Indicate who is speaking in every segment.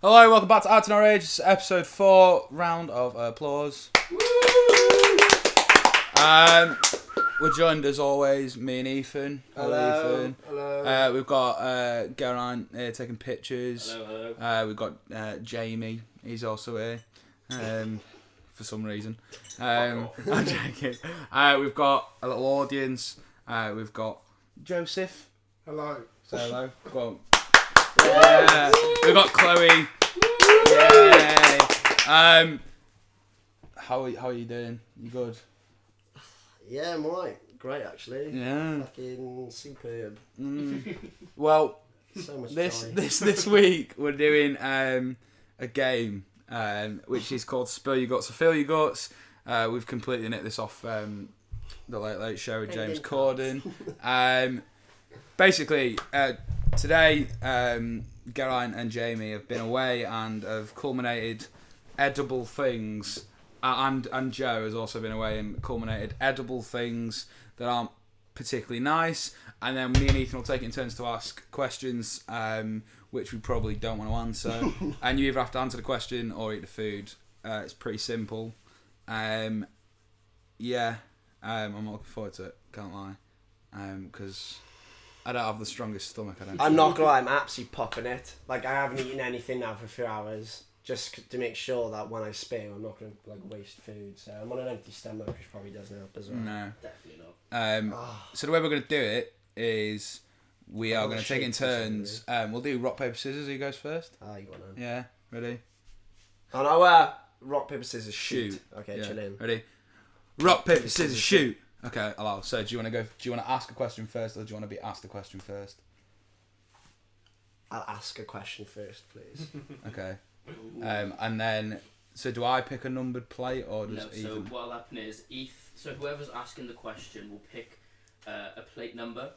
Speaker 1: Hello, welcome back to Arts in Our Age, This is episode four. Round of applause. Um, we're joined as always, me and Ethan. Ethan.
Speaker 2: Hello.
Speaker 1: Uh, we've got uh, Geraint here taking pictures.
Speaker 3: Hello, hello.
Speaker 1: Uh, we've got uh, Jamie. He's also here um, for some reason. Um, I'm joking. Uh, we've got a little audience. Uh, we've got Joseph.
Speaker 2: Hello.
Speaker 1: Say hello. Go on. Yeah. We've got Chloe. Yay. Um, how are, how are you doing? You good?
Speaker 4: Yeah, I'm alright. Great, actually.
Speaker 1: Yeah.
Speaker 4: Fucking superb.
Speaker 1: Well,
Speaker 4: So much
Speaker 1: this
Speaker 4: joy.
Speaker 1: this this week we're doing um, a game um, which is called Spill Your Guts or Fill Your Guts. Uh, we've completely nicked this off um, the Late Late Show with
Speaker 4: Brendan
Speaker 1: James Corden. Um, basically, uh, today um, Geraint and Jamie have been away and have culminated edible things. Uh, and and Joe has also been away and culminated edible things that aren't particularly nice. And then me and Ethan will take it in turns to ask questions, um, which we probably don't want to answer. and you either have to answer the question or eat the food. Uh, it's pretty simple. Um, yeah, um, I'm not looking forward to it. Can't lie, because I don't have the strongest stomach. I don't.
Speaker 4: I'm not gonna lie, I'm absolutely popping it. Like, I haven't eaten anything now for a few hours just c- to make sure that when I spew, I'm not gonna like waste food. So I'm on an empty stomach, which probably doesn't help as well.
Speaker 1: No.
Speaker 3: Definitely not.
Speaker 1: Um, so the way we're going to do it is we are
Speaker 4: I'll
Speaker 1: going to take it in
Speaker 4: shake this one,
Speaker 1: turns. Um, we'll do rock paper scissors. Who goes first?
Speaker 4: Ah, you got none.
Speaker 1: Yeah. Ready?
Speaker 4: And I wear Oh, uh, rock, paper, scissors, shoot.
Speaker 1: Shoot.
Speaker 4: Okay,
Speaker 1: Yeah.
Speaker 4: chill in.
Speaker 1: Ready? Rock paper scissors shoot. Okay. Hello. So do you want to go? Do you want to ask a question first, or do you want to be asked a question first?
Speaker 4: I'll ask a question first, please.
Speaker 1: Okay.
Speaker 3: Uh,
Speaker 1: Um, and then so do I pick a numbered plate or does
Speaker 3: No, so
Speaker 1: Ethan?
Speaker 3: what'll happen is ETH. So whoever's asking the question will pick uh, a plate number.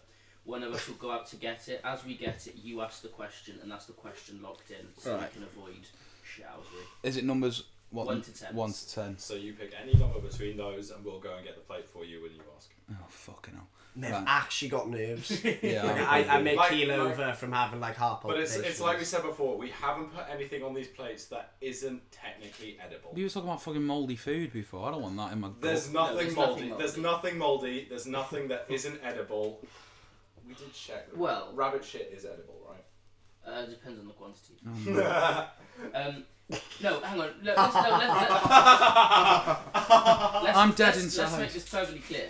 Speaker 3: One of us will go out to get it. As we get it, you ask the question, and that's the question locked in, so
Speaker 1: Right.
Speaker 3: we can avoid shouting.
Speaker 1: Is it numbers what?
Speaker 3: One to ten.
Speaker 1: One to ten.
Speaker 5: So you pick any number between those, and we'll go and get the plate for you when you ask.
Speaker 1: Oh fucking hell.
Speaker 4: They've
Speaker 1: Right.
Speaker 4: actually got nerves.
Speaker 1: Yeah.
Speaker 4: Like,
Speaker 1: I'm
Speaker 4: I, I may
Speaker 5: Like-
Speaker 4: keel
Speaker 5: like-
Speaker 4: over from having like heart
Speaker 5: But it's
Speaker 4: palpitations.
Speaker 5: it's like we said before, we haven't put anything on these plates that isn't technically edible.
Speaker 1: You were talking about fucking moldy food before. I don't want that in my gut.
Speaker 5: There's
Speaker 3: No,
Speaker 5: nothing
Speaker 3: there's
Speaker 5: moldy.
Speaker 3: nothing
Speaker 5: There's nothing moldy. There's nothing that isn't edible. We did check. that
Speaker 3: Well-
Speaker 5: rabbit shit is edible, right?
Speaker 3: Uh, depends on the quantity.
Speaker 5: Mm.
Speaker 4: Hmm.
Speaker 5: yeah,
Speaker 3: Um, no, hang on. No, let's, no, let's, let's, let's,
Speaker 1: I'm dead
Speaker 3: let's,
Speaker 1: inside.
Speaker 3: Let's make this perfectly clear.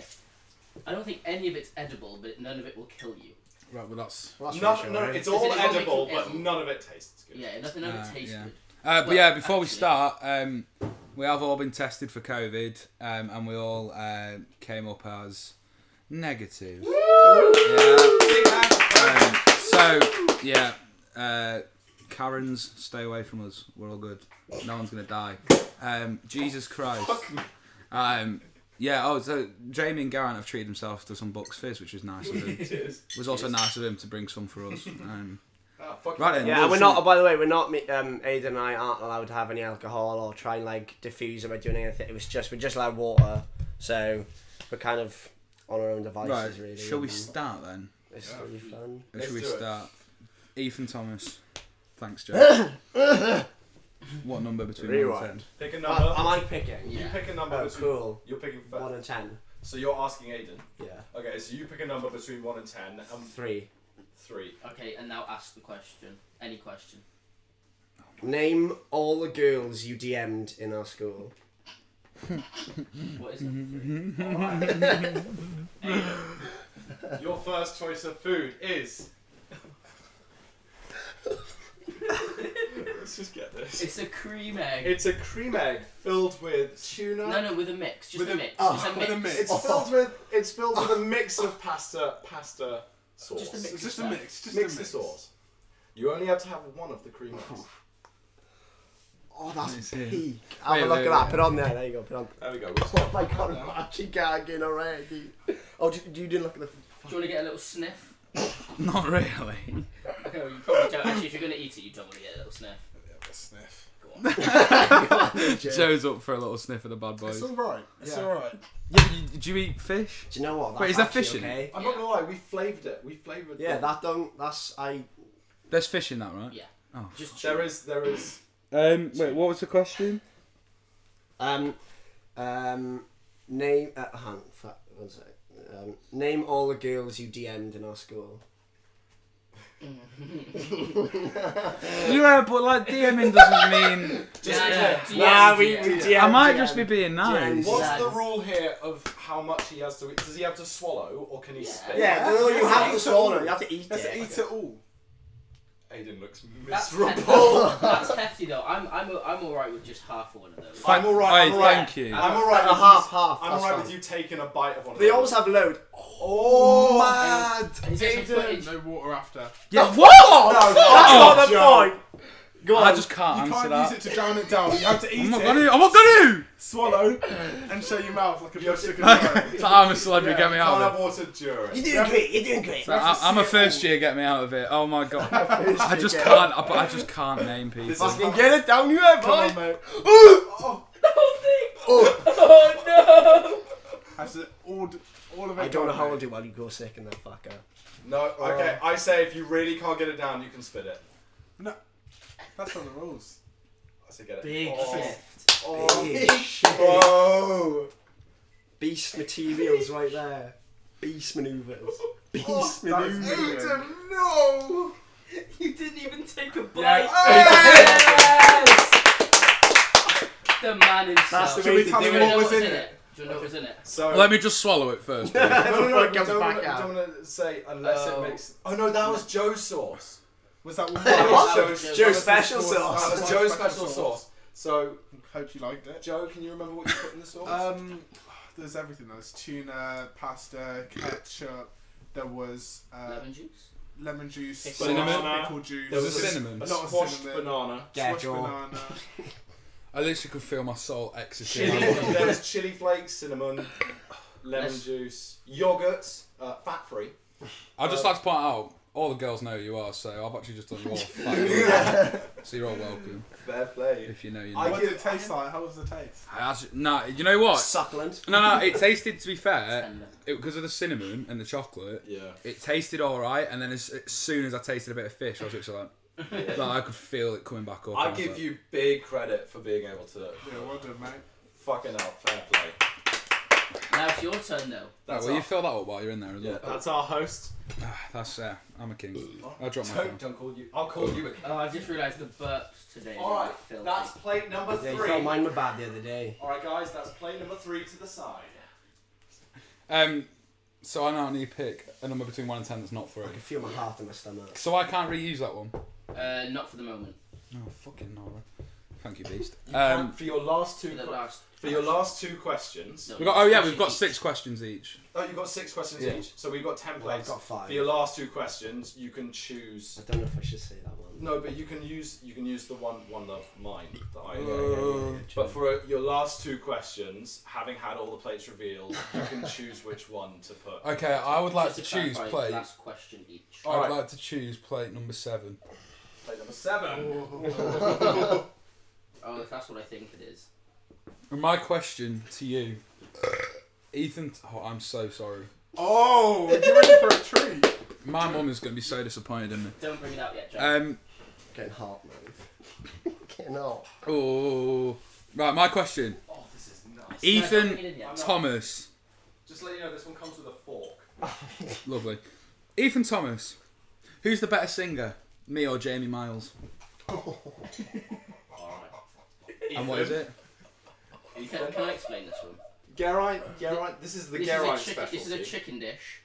Speaker 3: I don't think any of it's edible, but none of it will kill you.
Speaker 1: Right, well that's.
Speaker 4: Well, that's
Speaker 5: no,
Speaker 4: reassuring.
Speaker 5: no, it's
Speaker 3: Is
Speaker 5: all
Speaker 3: it edible
Speaker 5: edible,
Speaker 3: making
Speaker 5: but
Speaker 3: edible?
Speaker 5: none of it tastes good.
Speaker 3: Yeah, nothing of
Speaker 1: Uh,
Speaker 3: it tastes
Speaker 1: yeah.
Speaker 3: good.
Speaker 1: Uh, but
Speaker 3: Well,
Speaker 1: yeah, before we
Speaker 3: actually-
Speaker 1: start, um, we have all been tested for COVID, um, and we all uh, came up as negative. Yeah.
Speaker 5: Big hand clap.
Speaker 1: Um, so yeah, uh, Karens, stay away from us. We're all good. No one's gonna die. Um, Jesus Christ. Um, yeah. Oh, so Jamie and Garant have treated themselves to some Bucks Fizz, which was nice of them.
Speaker 5: Cheers.
Speaker 1: was also nice of him to bring some for us. Um,
Speaker 5: Ah, fuck
Speaker 1: right
Speaker 5: you.
Speaker 1: then.
Speaker 4: Yeah,
Speaker 1: we'll
Speaker 4: and we're
Speaker 1: see-
Speaker 4: not. By the way, we're not. me- Um, Aidan and I aren't allowed to have any alcohol or try and like diffuse it by doing anything. It was just we're just allowed water, so we're kind of on our own
Speaker 1: Right.
Speaker 4: devices. Really,
Speaker 1: Shall we
Speaker 4: and
Speaker 1: start then?
Speaker 4: It's
Speaker 5: Yeah.
Speaker 4: really fun.
Speaker 1: Or
Speaker 5: Let's
Speaker 1: should we
Speaker 5: do it.
Speaker 1: start? Ethan Thomas. Thanks, Joe. what number between one
Speaker 4: Rewind.
Speaker 1: and ten?
Speaker 5: Pick a
Speaker 4: Uh, am
Speaker 5: number.
Speaker 4: I picking?
Speaker 5: You
Speaker 3: Yeah.
Speaker 5: pick a number.
Speaker 4: Oh,
Speaker 5: between-
Speaker 4: cool.
Speaker 5: You're picking
Speaker 4: One
Speaker 5: first.
Speaker 4: and ten.
Speaker 5: So you're asking Aiden.
Speaker 4: Yeah.
Speaker 5: Okay, so you pick a number between one and ten, and
Speaker 4: Three.
Speaker 5: three.
Speaker 3: Okay, and now ask the question. Any question.
Speaker 4: Name all the girls you DM'd in our school.
Speaker 3: What is it?
Speaker 1: Mm-hmm,
Speaker 3: Three.
Speaker 5: Your first choice of food is. Let's just get this.
Speaker 3: It's a cream egg.
Speaker 5: It's a cream egg filled with tuna.
Speaker 3: no, no, with a mix. Just
Speaker 5: With
Speaker 3: a,
Speaker 5: a-
Speaker 3: mix.
Speaker 4: oh,
Speaker 3: it's a mix.
Speaker 2: with a mix.
Speaker 5: It's filled with. It's filled with a mix of pasta, pasta sauce.
Speaker 3: Just a mix.
Speaker 2: It's just a mix. Just
Speaker 5: Mix
Speaker 2: a
Speaker 5: the
Speaker 2: mix.
Speaker 5: sauce. You only have to have one of the cream eggs.
Speaker 4: Oh,
Speaker 1: Nice,
Speaker 4: that's
Speaker 1: yeah.
Speaker 4: peak. Have
Speaker 1: Wait,
Speaker 4: a look
Speaker 1: wait,
Speaker 4: at that.
Speaker 1: wait.
Speaker 4: Put on there. There you go. Put on.
Speaker 5: There we go.
Speaker 4: Oh my god, I'm actually gagging already. Oh, d you didn't look at the.
Speaker 3: Do you want to get a little sniff?
Speaker 1: Not really.
Speaker 3: No, you probably don't. Actually, if you're going to eat it, you don't want to get a little sniff.
Speaker 2: sniff.
Speaker 3: Go on.
Speaker 1: Joe's up for a little sniff of the bad boys.
Speaker 2: It's all right. It's
Speaker 4: Yeah.
Speaker 2: all right.
Speaker 1: Yeah, you, do you eat fish?
Speaker 4: Do you know what?
Speaker 1: Wait, is
Speaker 4: That's
Speaker 1: there
Speaker 4: actually
Speaker 1: fish in it?
Speaker 4: okay.
Speaker 5: I'm not gonna lie. We flavoured it. We flavoured.
Speaker 4: Yeah,
Speaker 5: the-
Speaker 4: that don't. That's I.
Speaker 1: There's fish in that, right?
Speaker 3: Yeah.
Speaker 1: Oh.
Speaker 3: Just
Speaker 5: There is, there is.
Speaker 1: Um, wait, what was the question?
Speaker 4: Um, um, name. Uh, hang on, fuck, one sec. Um, name all the girls you DM'd in our school.
Speaker 1: Yeah, but like DMing doesn't mean.
Speaker 5: Just
Speaker 3: Yeah, yeah.
Speaker 5: yeah.
Speaker 3: Yeah. Nah, we-
Speaker 5: we
Speaker 1: I might just be being nice.
Speaker 5: What's
Speaker 4: Yeah.
Speaker 5: the rule here of how much he has to eat? Does he have to swallow or can he
Speaker 3: Yeah.
Speaker 5: spit?
Speaker 4: Yeah, no, you have to swallow. You have to eat
Speaker 2: Let's
Speaker 4: it.
Speaker 2: eat it all.
Speaker 5: Aiden looks
Speaker 3: That's
Speaker 5: miserable.
Speaker 3: That's hefty though. I'm I'm I'm all right with just half of one of those.
Speaker 5: I'm all right,
Speaker 1: Hey,
Speaker 5: I'm all right.
Speaker 1: Thank you.
Speaker 5: I'm all
Speaker 4: Like
Speaker 5: right
Speaker 4: a
Speaker 5: with
Speaker 4: half,
Speaker 5: you.
Speaker 4: half.
Speaker 5: I'm
Speaker 4: that's
Speaker 5: all right
Speaker 4: fine.
Speaker 5: with you taking a bite of one. of
Speaker 4: They
Speaker 5: those.
Speaker 4: always have load.
Speaker 5: Oh,
Speaker 4: mad.
Speaker 3: Is there some
Speaker 5: David,
Speaker 3: footage?
Speaker 2: No water after.
Speaker 1: Yeah, what?
Speaker 4: No, that's
Speaker 1: Oh,
Speaker 4: not the
Speaker 5: Joe.
Speaker 4: point. Go on.
Speaker 1: I just can't answer
Speaker 2: You can't
Speaker 1: that.
Speaker 2: use it to drown it down. You have to eat
Speaker 1: I'm not
Speaker 2: it,
Speaker 1: gonna. I'm not gonna.
Speaker 2: swallow, and show your mouth like a dog took a
Speaker 1: It's
Speaker 2: bite.
Speaker 1: like, I'm a celebrity. get me out of
Speaker 5: Can't
Speaker 1: it.
Speaker 5: have water during.
Speaker 4: You're doing great. You're doing great.
Speaker 1: So I, I'm a first year. Get me out of it. Oh my god. I just can't. I, but I just can't name people.
Speaker 5: is-
Speaker 4: Fucking get it down you head,
Speaker 2: Come
Speaker 4: boy.
Speaker 2: on, mate.
Speaker 3: The whole thing. Oh, no.
Speaker 2: That's it. All, d- all of it.
Speaker 4: I don't want to
Speaker 2: gone,
Speaker 4: hold
Speaker 2: mate.
Speaker 4: it while you go sick in that fucker.
Speaker 5: No, okay. I say if you really can't get it down, you can spit it.
Speaker 2: No, that's not the rules.
Speaker 5: I say get it.
Speaker 3: Big
Speaker 5: Oh.
Speaker 3: shift.
Speaker 5: Oh.
Speaker 4: Big shit.
Speaker 5: Bro.
Speaker 4: Beast materials right there. Beast maneuvers. Beast
Speaker 2: That
Speaker 4: maneuvers.
Speaker 2: is
Speaker 5: Aiden,
Speaker 2: brilliant.
Speaker 5: no.
Speaker 3: You didn't even take a bite. Oh,
Speaker 5: Yes!
Speaker 3: The man himself.
Speaker 4: That's the
Speaker 2: Should
Speaker 4: way
Speaker 2: we
Speaker 4: to
Speaker 2: tell
Speaker 4: do
Speaker 2: him
Speaker 3: Do you
Speaker 4: it.
Speaker 2: what
Speaker 3: know
Speaker 2: was in
Speaker 3: in
Speaker 2: it?
Speaker 3: Do you know what was in it?
Speaker 5: So
Speaker 1: Let me just swallow it first. please.
Speaker 5: No, no,
Speaker 4: Everyone
Speaker 5: no,
Speaker 4: comes
Speaker 5: don't
Speaker 4: back
Speaker 5: wanna,
Speaker 4: out.
Speaker 5: Don't want to say unless
Speaker 3: Oh.
Speaker 5: it makes. Oh no, that was Joe's sauce.
Speaker 2: Was that one?
Speaker 5: That
Speaker 4: What?
Speaker 5: was Joe's,
Speaker 4: Joe's
Speaker 5: that
Speaker 4: special
Speaker 5: was-
Speaker 4: sauce.
Speaker 5: That was Joe's special sauce. So
Speaker 2: Hope you liked it.
Speaker 5: Joe, can you remember what you put in the sauce?
Speaker 2: Um, there's everything. There's tuna, pasta, ketchup. There was uh,
Speaker 3: Lemon juice.
Speaker 2: lemon juice,
Speaker 3: Pickle
Speaker 2: cinnamon,
Speaker 5: banana.
Speaker 2: pickle juice.
Speaker 5: There
Speaker 1: was
Speaker 5: a-
Speaker 1: cinnamon.
Speaker 5: a
Speaker 2: Lot of
Speaker 5: squashed
Speaker 2: cinnamon.
Speaker 5: banana.
Speaker 4: Yeah,
Speaker 2: squash
Speaker 4: Joel.
Speaker 2: banana.
Speaker 1: I literally could feel my soul exiting.
Speaker 5: Chili. there was chili flakes, cinnamon, lemon
Speaker 3: Let's-
Speaker 5: juice, yogurt, uh, fat free.
Speaker 1: I'd just like to point out, all the girls know who you are, so I've actually just done raw So you're all welcome
Speaker 5: Fair play.
Speaker 1: if you know you know.
Speaker 5: I
Speaker 2: What did
Speaker 5: give-
Speaker 2: it taste like? How was the taste?
Speaker 1: I actually- no, you know what?
Speaker 4: Oh, Succulent.
Speaker 1: No, no, it tasted. To be fair,
Speaker 3: Ten minutes.
Speaker 1: because of the cinnamon and the chocolate,
Speaker 5: Yeah.
Speaker 1: it tasted all right. And then as, as soon as I tasted a bit of fish, I was literally like, like, I could feel it coming back up. and
Speaker 5: I
Speaker 1: was
Speaker 5: give
Speaker 1: like,
Speaker 5: you big credit for being able to
Speaker 2: Yeah, well done, mate.
Speaker 5: fucking out. Fair play.
Speaker 3: Now it's your turn though.
Speaker 1: Oh,
Speaker 5: That's
Speaker 1: well, you
Speaker 5: our-
Speaker 1: fill that up while you're in there as well.
Speaker 5: yeah, that's our host.
Speaker 1: That's uh, I'm a king. I dropped my phone.
Speaker 5: Don't, don't call you. I'll call you. a-
Speaker 3: Oh, I just realised the burps today.
Speaker 5: All right,
Speaker 3: are filthy.
Speaker 5: that's plate number
Speaker 4: Yeah, you felt
Speaker 5: three.
Speaker 4: mine were bad the other day.
Speaker 5: All right, guys, that's plate number three to the side.
Speaker 1: Um, so I now need to pick a number between one and ten that's not three.
Speaker 4: I could feel my heart in my stomach.
Speaker 1: So I can't reuse that one.
Speaker 3: Uh, not for the moment.
Speaker 1: Oh fucking Nora. Thank you, Beast.
Speaker 5: You
Speaker 1: Um,
Speaker 5: can't- for your last
Speaker 3: For
Speaker 5: two,
Speaker 3: the
Speaker 5: que-
Speaker 3: last.
Speaker 5: for your last two questions.
Speaker 3: No,
Speaker 1: we got. Oh yeah, we've
Speaker 3: question
Speaker 1: got
Speaker 3: each.
Speaker 1: six questions each.
Speaker 5: Oh, you've got six questions
Speaker 4: Yeah.
Speaker 5: each, so we've got ten
Speaker 4: Well, I've
Speaker 5: plates.
Speaker 4: got five.
Speaker 5: For your last two questions, you can choose.
Speaker 4: I don't know if I should say that one.
Speaker 5: No, but you can use you can use the one one of mine that I.
Speaker 4: Yeah,
Speaker 5: But for uh, your last two questions, having had all the plates revealed, you can choose which one to put.
Speaker 1: Okay, I would like
Speaker 3: Just
Speaker 1: to choose
Speaker 3: clarify,
Speaker 1: plate.
Speaker 3: Last question each.
Speaker 5: Oh.
Speaker 1: I'd
Speaker 5: Alright.
Speaker 1: like to choose plate number seven.
Speaker 5: Plate number seven.
Speaker 3: Oh, if that's what I think it is.
Speaker 1: And my question to you, Ethan. Oh, I'm so sorry.
Speaker 2: Oh, you're ready for a treat.
Speaker 1: My mum is going to be so disappointed in me.
Speaker 3: Don't bring it out yet, Jack.
Speaker 1: Um.
Speaker 4: Getting hot, man. Getting hot.
Speaker 1: Oh. Right. My question.
Speaker 5: Oh, this is nice.
Speaker 3: don't bring it
Speaker 1: Ethan
Speaker 3: in yet.
Speaker 1: Thomas.
Speaker 5: Just to let you know, this one comes with a fork.
Speaker 1: Lovely. Ethan Thomas. Who's the better singer, me or Jamie Miles?
Speaker 3: All right.
Speaker 1: And what is it?
Speaker 3: Can, can I explain this one?
Speaker 5: Garine, Garine. This is the
Speaker 3: this,
Speaker 5: Garine
Speaker 3: is a chicken,
Speaker 5: specialty.
Speaker 3: this is a chicken dish.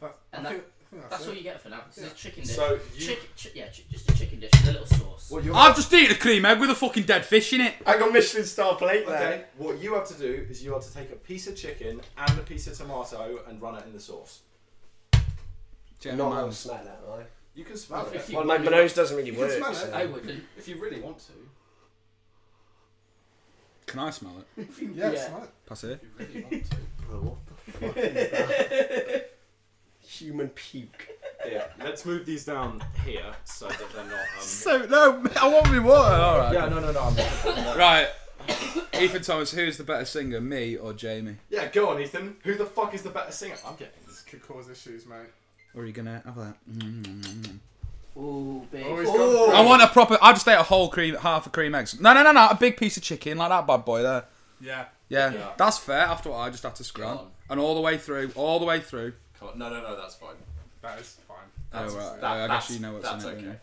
Speaker 2: That,
Speaker 3: And
Speaker 2: I
Speaker 3: that-
Speaker 2: think, I think
Speaker 3: That's
Speaker 2: that's
Speaker 3: all
Speaker 2: it.
Speaker 3: you get for now. This is a chicken dish.
Speaker 5: So you.
Speaker 3: Chick, chi- yeah, chi- just a chicken dish with a little sauce.
Speaker 5: What you
Speaker 1: I've just eaten a cream egg with a fucking dead fish in it.
Speaker 4: I got Michelin star plate
Speaker 5: Okay, what you have to do is you have to take a piece of chicken and a piece of tomato and run it in the sauce.
Speaker 1: Jamie
Speaker 4: Not how to
Speaker 1: Miles.
Speaker 4: Oh, smell that, right?
Speaker 5: You can smell
Speaker 3: If
Speaker 5: it
Speaker 3: you
Speaker 4: Well, my, my
Speaker 3: wouldn't-
Speaker 4: nose doesn't really
Speaker 2: You can
Speaker 4: work.
Speaker 2: smell eh? it.
Speaker 4: so-
Speaker 3: I wouldn't.
Speaker 5: if you really want to.
Speaker 1: Can I smell it?
Speaker 2: Yeah,
Speaker 3: Yeah.
Speaker 2: it's mine.
Speaker 1: Pass it.
Speaker 5: If you really want to.
Speaker 4: Bro, what the fuck is that? Human puke.
Speaker 5: Yeah, let's move these down here so that they're not. Um...
Speaker 1: So no, I want me water. All right.
Speaker 5: Yeah, no, no, no. I'm not
Speaker 1: Right. Ethan Thomas, who is the better singer, me or Jamie?
Speaker 5: yeah, go on, Ethan. Who the fuck is the better singer? I'm getting.
Speaker 2: This could cause issues, mate.
Speaker 1: Or are you gonna have that?
Speaker 3: Ooh, big.
Speaker 2: Oh, he's
Speaker 3: Ooh.
Speaker 2: gone for
Speaker 1: I
Speaker 2: it.
Speaker 1: want a proper. I'll just eat a whole cream, half a cream egg. No, no, no, no. A big piece of chicken like that bad boy there.
Speaker 2: Yeah.
Speaker 1: Yeah,
Speaker 5: Yeah.
Speaker 1: that's fair. After what I just had to scrum
Speaker 5: Go on.
Speaker 1: and all the way through, all the way through.
Speaker 5: Come on. No, no, no, that's fine.
Speaker 2: That is fine.
Speaker 1: oh, right.
Speaker 5: that-
Speaker 1: I guess
Speaker 5: that's-
Speaker 1: you know what's in
Speaker 5: that's
Speaker 1: it.
Speaker 5: okay.
Speaker 1: don't you? Are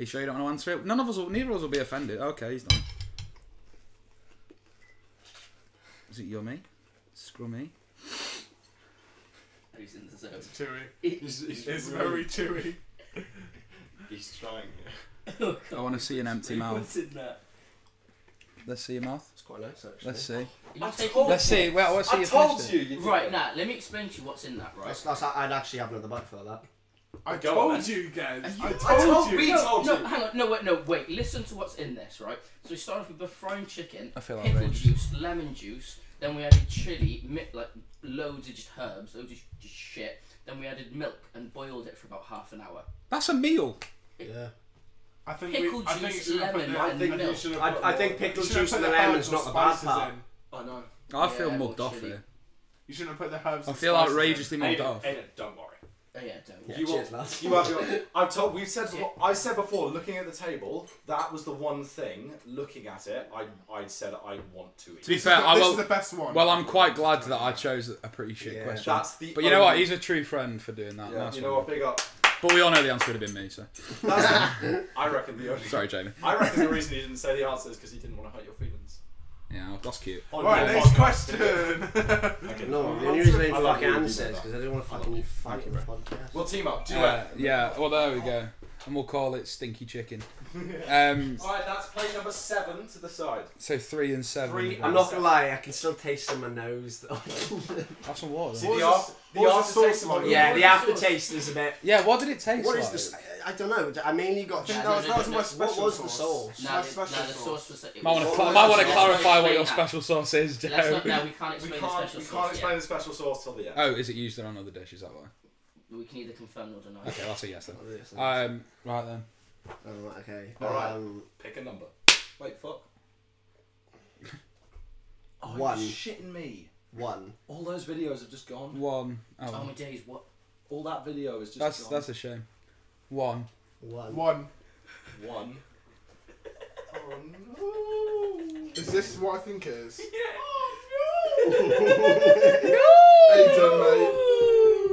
Speaker 1: you sure you don't want to answer it? None of us, will, neither of us will be offended. Okay, he's done. Is it yummy? Scrummy?
Speaker 3: Who's in the zone?
Speaker 2: It's chewy.
Speaker 5: He's, he's
Speaker 2: It's
Speaker 5: really-
Speaker 2: very chewy.
Speaker 5: He's trying.
Speaker 3: Oh,
Speaker 1: I
Speaker 3: God.
Speaker 1: want to see an empty mouth.
Speaker 3: What's in there?
Speaker 1: Let's see your mouth.
Speaker 4: It's quite nice actually.
Speaker 1: Let's see.
Speaker 3: Are you
Speaker 5: I
Speaker 3: taking
Speaker 5: told-
Speaker 1: Let's see. Well, let's see
Speaker 5: I
Speaker 1: your
Speaker 5: told
Speaker 1: finished
Speaker 5: you.
Speaker 1: it.
Speaker 5: you
Speaker 3: Right, now, let me explain to you what's in that, right?
Speaker 4: That's, that's, I'd actually have another bite for that.
Speaker 2: I
Speaker 5: Go
Speaker 2: told
Speaker 5: on.
Speaker 2: you guys.
Speaker 3: Are
Speaker 2: I
Speaker 3: you-
Speaker 2: told,
Speaker 5: I told
Speaker 2: you.
Speaker 5: me.
Speaker 3: no,
Speaker 5: told
Speaker 3: no,
Speaker 5: you.
Speaker 3: hang on, no, wait, no, wait. Listen to what's in this, right? So we started off with the fried chicken,
Speaker 1: I feel
Speaker 3: pickle
Speaker 1: outrageous.
Speaker 3: juice, lemon juice. Then we added chili, mi- like loads of just herbs, loads of just shit. Then we added milk and boiled it for about half an hour.
Speaker 1: That's a meal.
Speaker 4: Yeah.
Speaker 2: I think
Speaker 3: Pickle
Speaker 2: we, I think
Speaker 3: juice,
Speaker 2: you should have put
Speaker 3: lemon, and
Speaker 2: the- you
Speaker 3: milk.
Speaker 5: should have
Speaker 4: I,
Speaker 5: put
Speaker 4: I
Speaker 5: more
Speaker 4: think
Speaker 5: in there.
Speaker 4: pickle
Speaker 2: should have
Speaker 4: juice
Speaker 2: put
Speaker 4: and
Speaker 2: the
Speaker 4: the
Speaker 2: herbs
Speaker 4: lemon's
Speaker 2: or
Speaker 4: not the bad
Speaker 2: spices
Speaker 4: part.
Speaker 2: in.
Speaker 5: I know.
Speaker 1: I feel
Speaker 3: Yeah,
Speaker 1: mugged
Speaker 3: well,
Speaker 1: off
Speaker 3: chili.
Speaker 1: here.
Speaker 2: You shouldn't have put the herbs.
Speaker 1: I
Speaker 2: and
Speaker 1: feel
Speaker 2: spices in.
Speaker 1: outrageously mugged
Speaker 5: Aiden,
Speaker 1: off.
Speaker 5: Aiden, don't worry.
Speaker 3: Oh yeah, don't.
Speaker 4: Yeah,
Speaker 5: You
Speaker 4: cheers,
Speaker 5: will-
Speaker 4: lads.
Speaker 5: You have your. I've told. We've said. before- I said before. Looking at the table, that was the one thing. Looking at it, I I said I want to eat.
Speaker 1: To be
Speaker 2: This is
Speaker 1: fair,
Speaker 2: the-
Speaker 1: I
Speaker 2: this
Speaker 1: will.
Speaker 2: is the best one.
Speaker 1: Well, I'm quite glad that I chose a pretty shit
Speaker 4: Yeah.
Speaker 1: question.
Speaker 5: That's the.
Speaker 1: but you know what?
Speaker 5: only-
Speaker 1: He's a true friend for doing that.
Speaker 5: Yeah,
Speaker 1: Nice
Speaker 5: you know
Speaker 1: one.
Speaker 5: what? Big up.
Speaker 1: But we all know the answer would have been me. So
Speaker 5: That's the, I reckon the only.
Speaker 1: sorry, Jamie.
Speaker 5: I reckon the reason he didn't say the answer is because he didn't want to hurt your feelings.
Speaker 1: Yeah, that's cute.
Speaker 5: On
Speaker 2: Right,
Speaker 5: your
Speaker 2: next
Speaker 5: podcast.
Speaker 2: question.
Speaker 5: Okay.
Speaker 4: No, the
Speaker 5: I'll
Speaker 4: only reason I
Speaker 5: do-
Speaker 4: didn't
Speaker 5: I'll
Speaker 4: fucking
Speaker 5: do that.
Speaker 4: answer is because I didn't want to fucking fight in the podcast.
Speaker 5: We'll team up. Do
Speaker 1: Uh,
Speaker 5: it.
Speaker 1: yeah. Well, there we go. And we'll call it stinky chicken. Um,
Speaker 5: All right, that's plate number seven to the side.
Speaker 1: so three and seven.
Speaker 5: Three-
Speaker 4: I'm not gonna lie, I can still taste some of my nose. though.
Speaker 1: Have some water.
Speaker 5: See
Speaker 1: then.
Speaker 2: What
Speaker 5: the,
Speaker 2: was
Speaker 5: af-
Speaker 2: this-
Speaker 5: the
Speaker 2: what was the
Speaker 5: aftertaste
Speaker 2: sauce
Speaker 5: of my-
Speaker 2: like?
Speaker 4: yeah, the
Speaker 3: What is
Speaker 4: aftertaste is a bit.
Speaker 1: Yeah. What did it taste
Speaker 4: What
Speaker 1: like?
Speaker 4: is this? I, I don't know. I mainly got.
Speaker 2: I think
Speaker 3: Yeah,
Speaker 2: that was,
Speaker 3: no,
Speaker 2: that was
Speaker 3: no,
Speaker 2: my
Speaker 3: no.
Speaker 2: special
Speaker 4: What was the sauce?
Speaker 2: sauce.
Speaker 3: Now,
Speaker 2: My
Speaker 3: the, now
Speaker 2: special
Speaker 3: the
Speaker 2: sauce.
Speaker 3: sauce was. It
Speaker 1: Might want
Speaker 3: was
Speaker 5: What
Speaker 1: to
Speaker 5: was
Speaker 1: might want to
Speaker 5: the sauce?
Speaker 1: clarify what your
Speaker 3: Yeah.
Speaker 1: special sauce is,
Speaker 3: Let's not.
Speaker 1: Joe.
Speaker 3: Now we can't
Speaker 5: We
Speaker 3: explain the
Speaker 5: can't,
Speaker 3: special
Speaker 5: we
Speaker 3: sauce
Speaker 5: can't explain
Speaker 3: yet.
Speaker 5: the special sauce till the end.
Speaker 1: Oh, is it used in another dish? Is that why?
Speaker 3: We can either confirm or deny.
Speaker 1: Okay, that's a yes then.
Speaker 4: What is this?
Speaker 1: Um, right then.
Speaker 4: Oh, right, okay.
Speaker 5: All right.
Speaker 4: Um,
Speaker 5: Pick a number. Wait, fuck.
Speaker 4: Oh, One. you're
Speaker 5: shitting me.
Speaker 4: one.
Speaker 5: All those videos have just gone.
Speaker 1: One.
Speaker 3: Oh
Speaker 1: Oh,
Speaker 3: my days, what?
Speaker 5: All that video is just
Speaker 1: that's that's a shame. One.
Speaker 4: One.
Speaker 2: One.
Speaker 5: one. oh no!
Speaker 2: Is this what I think it is?
Speaker 3: Oh,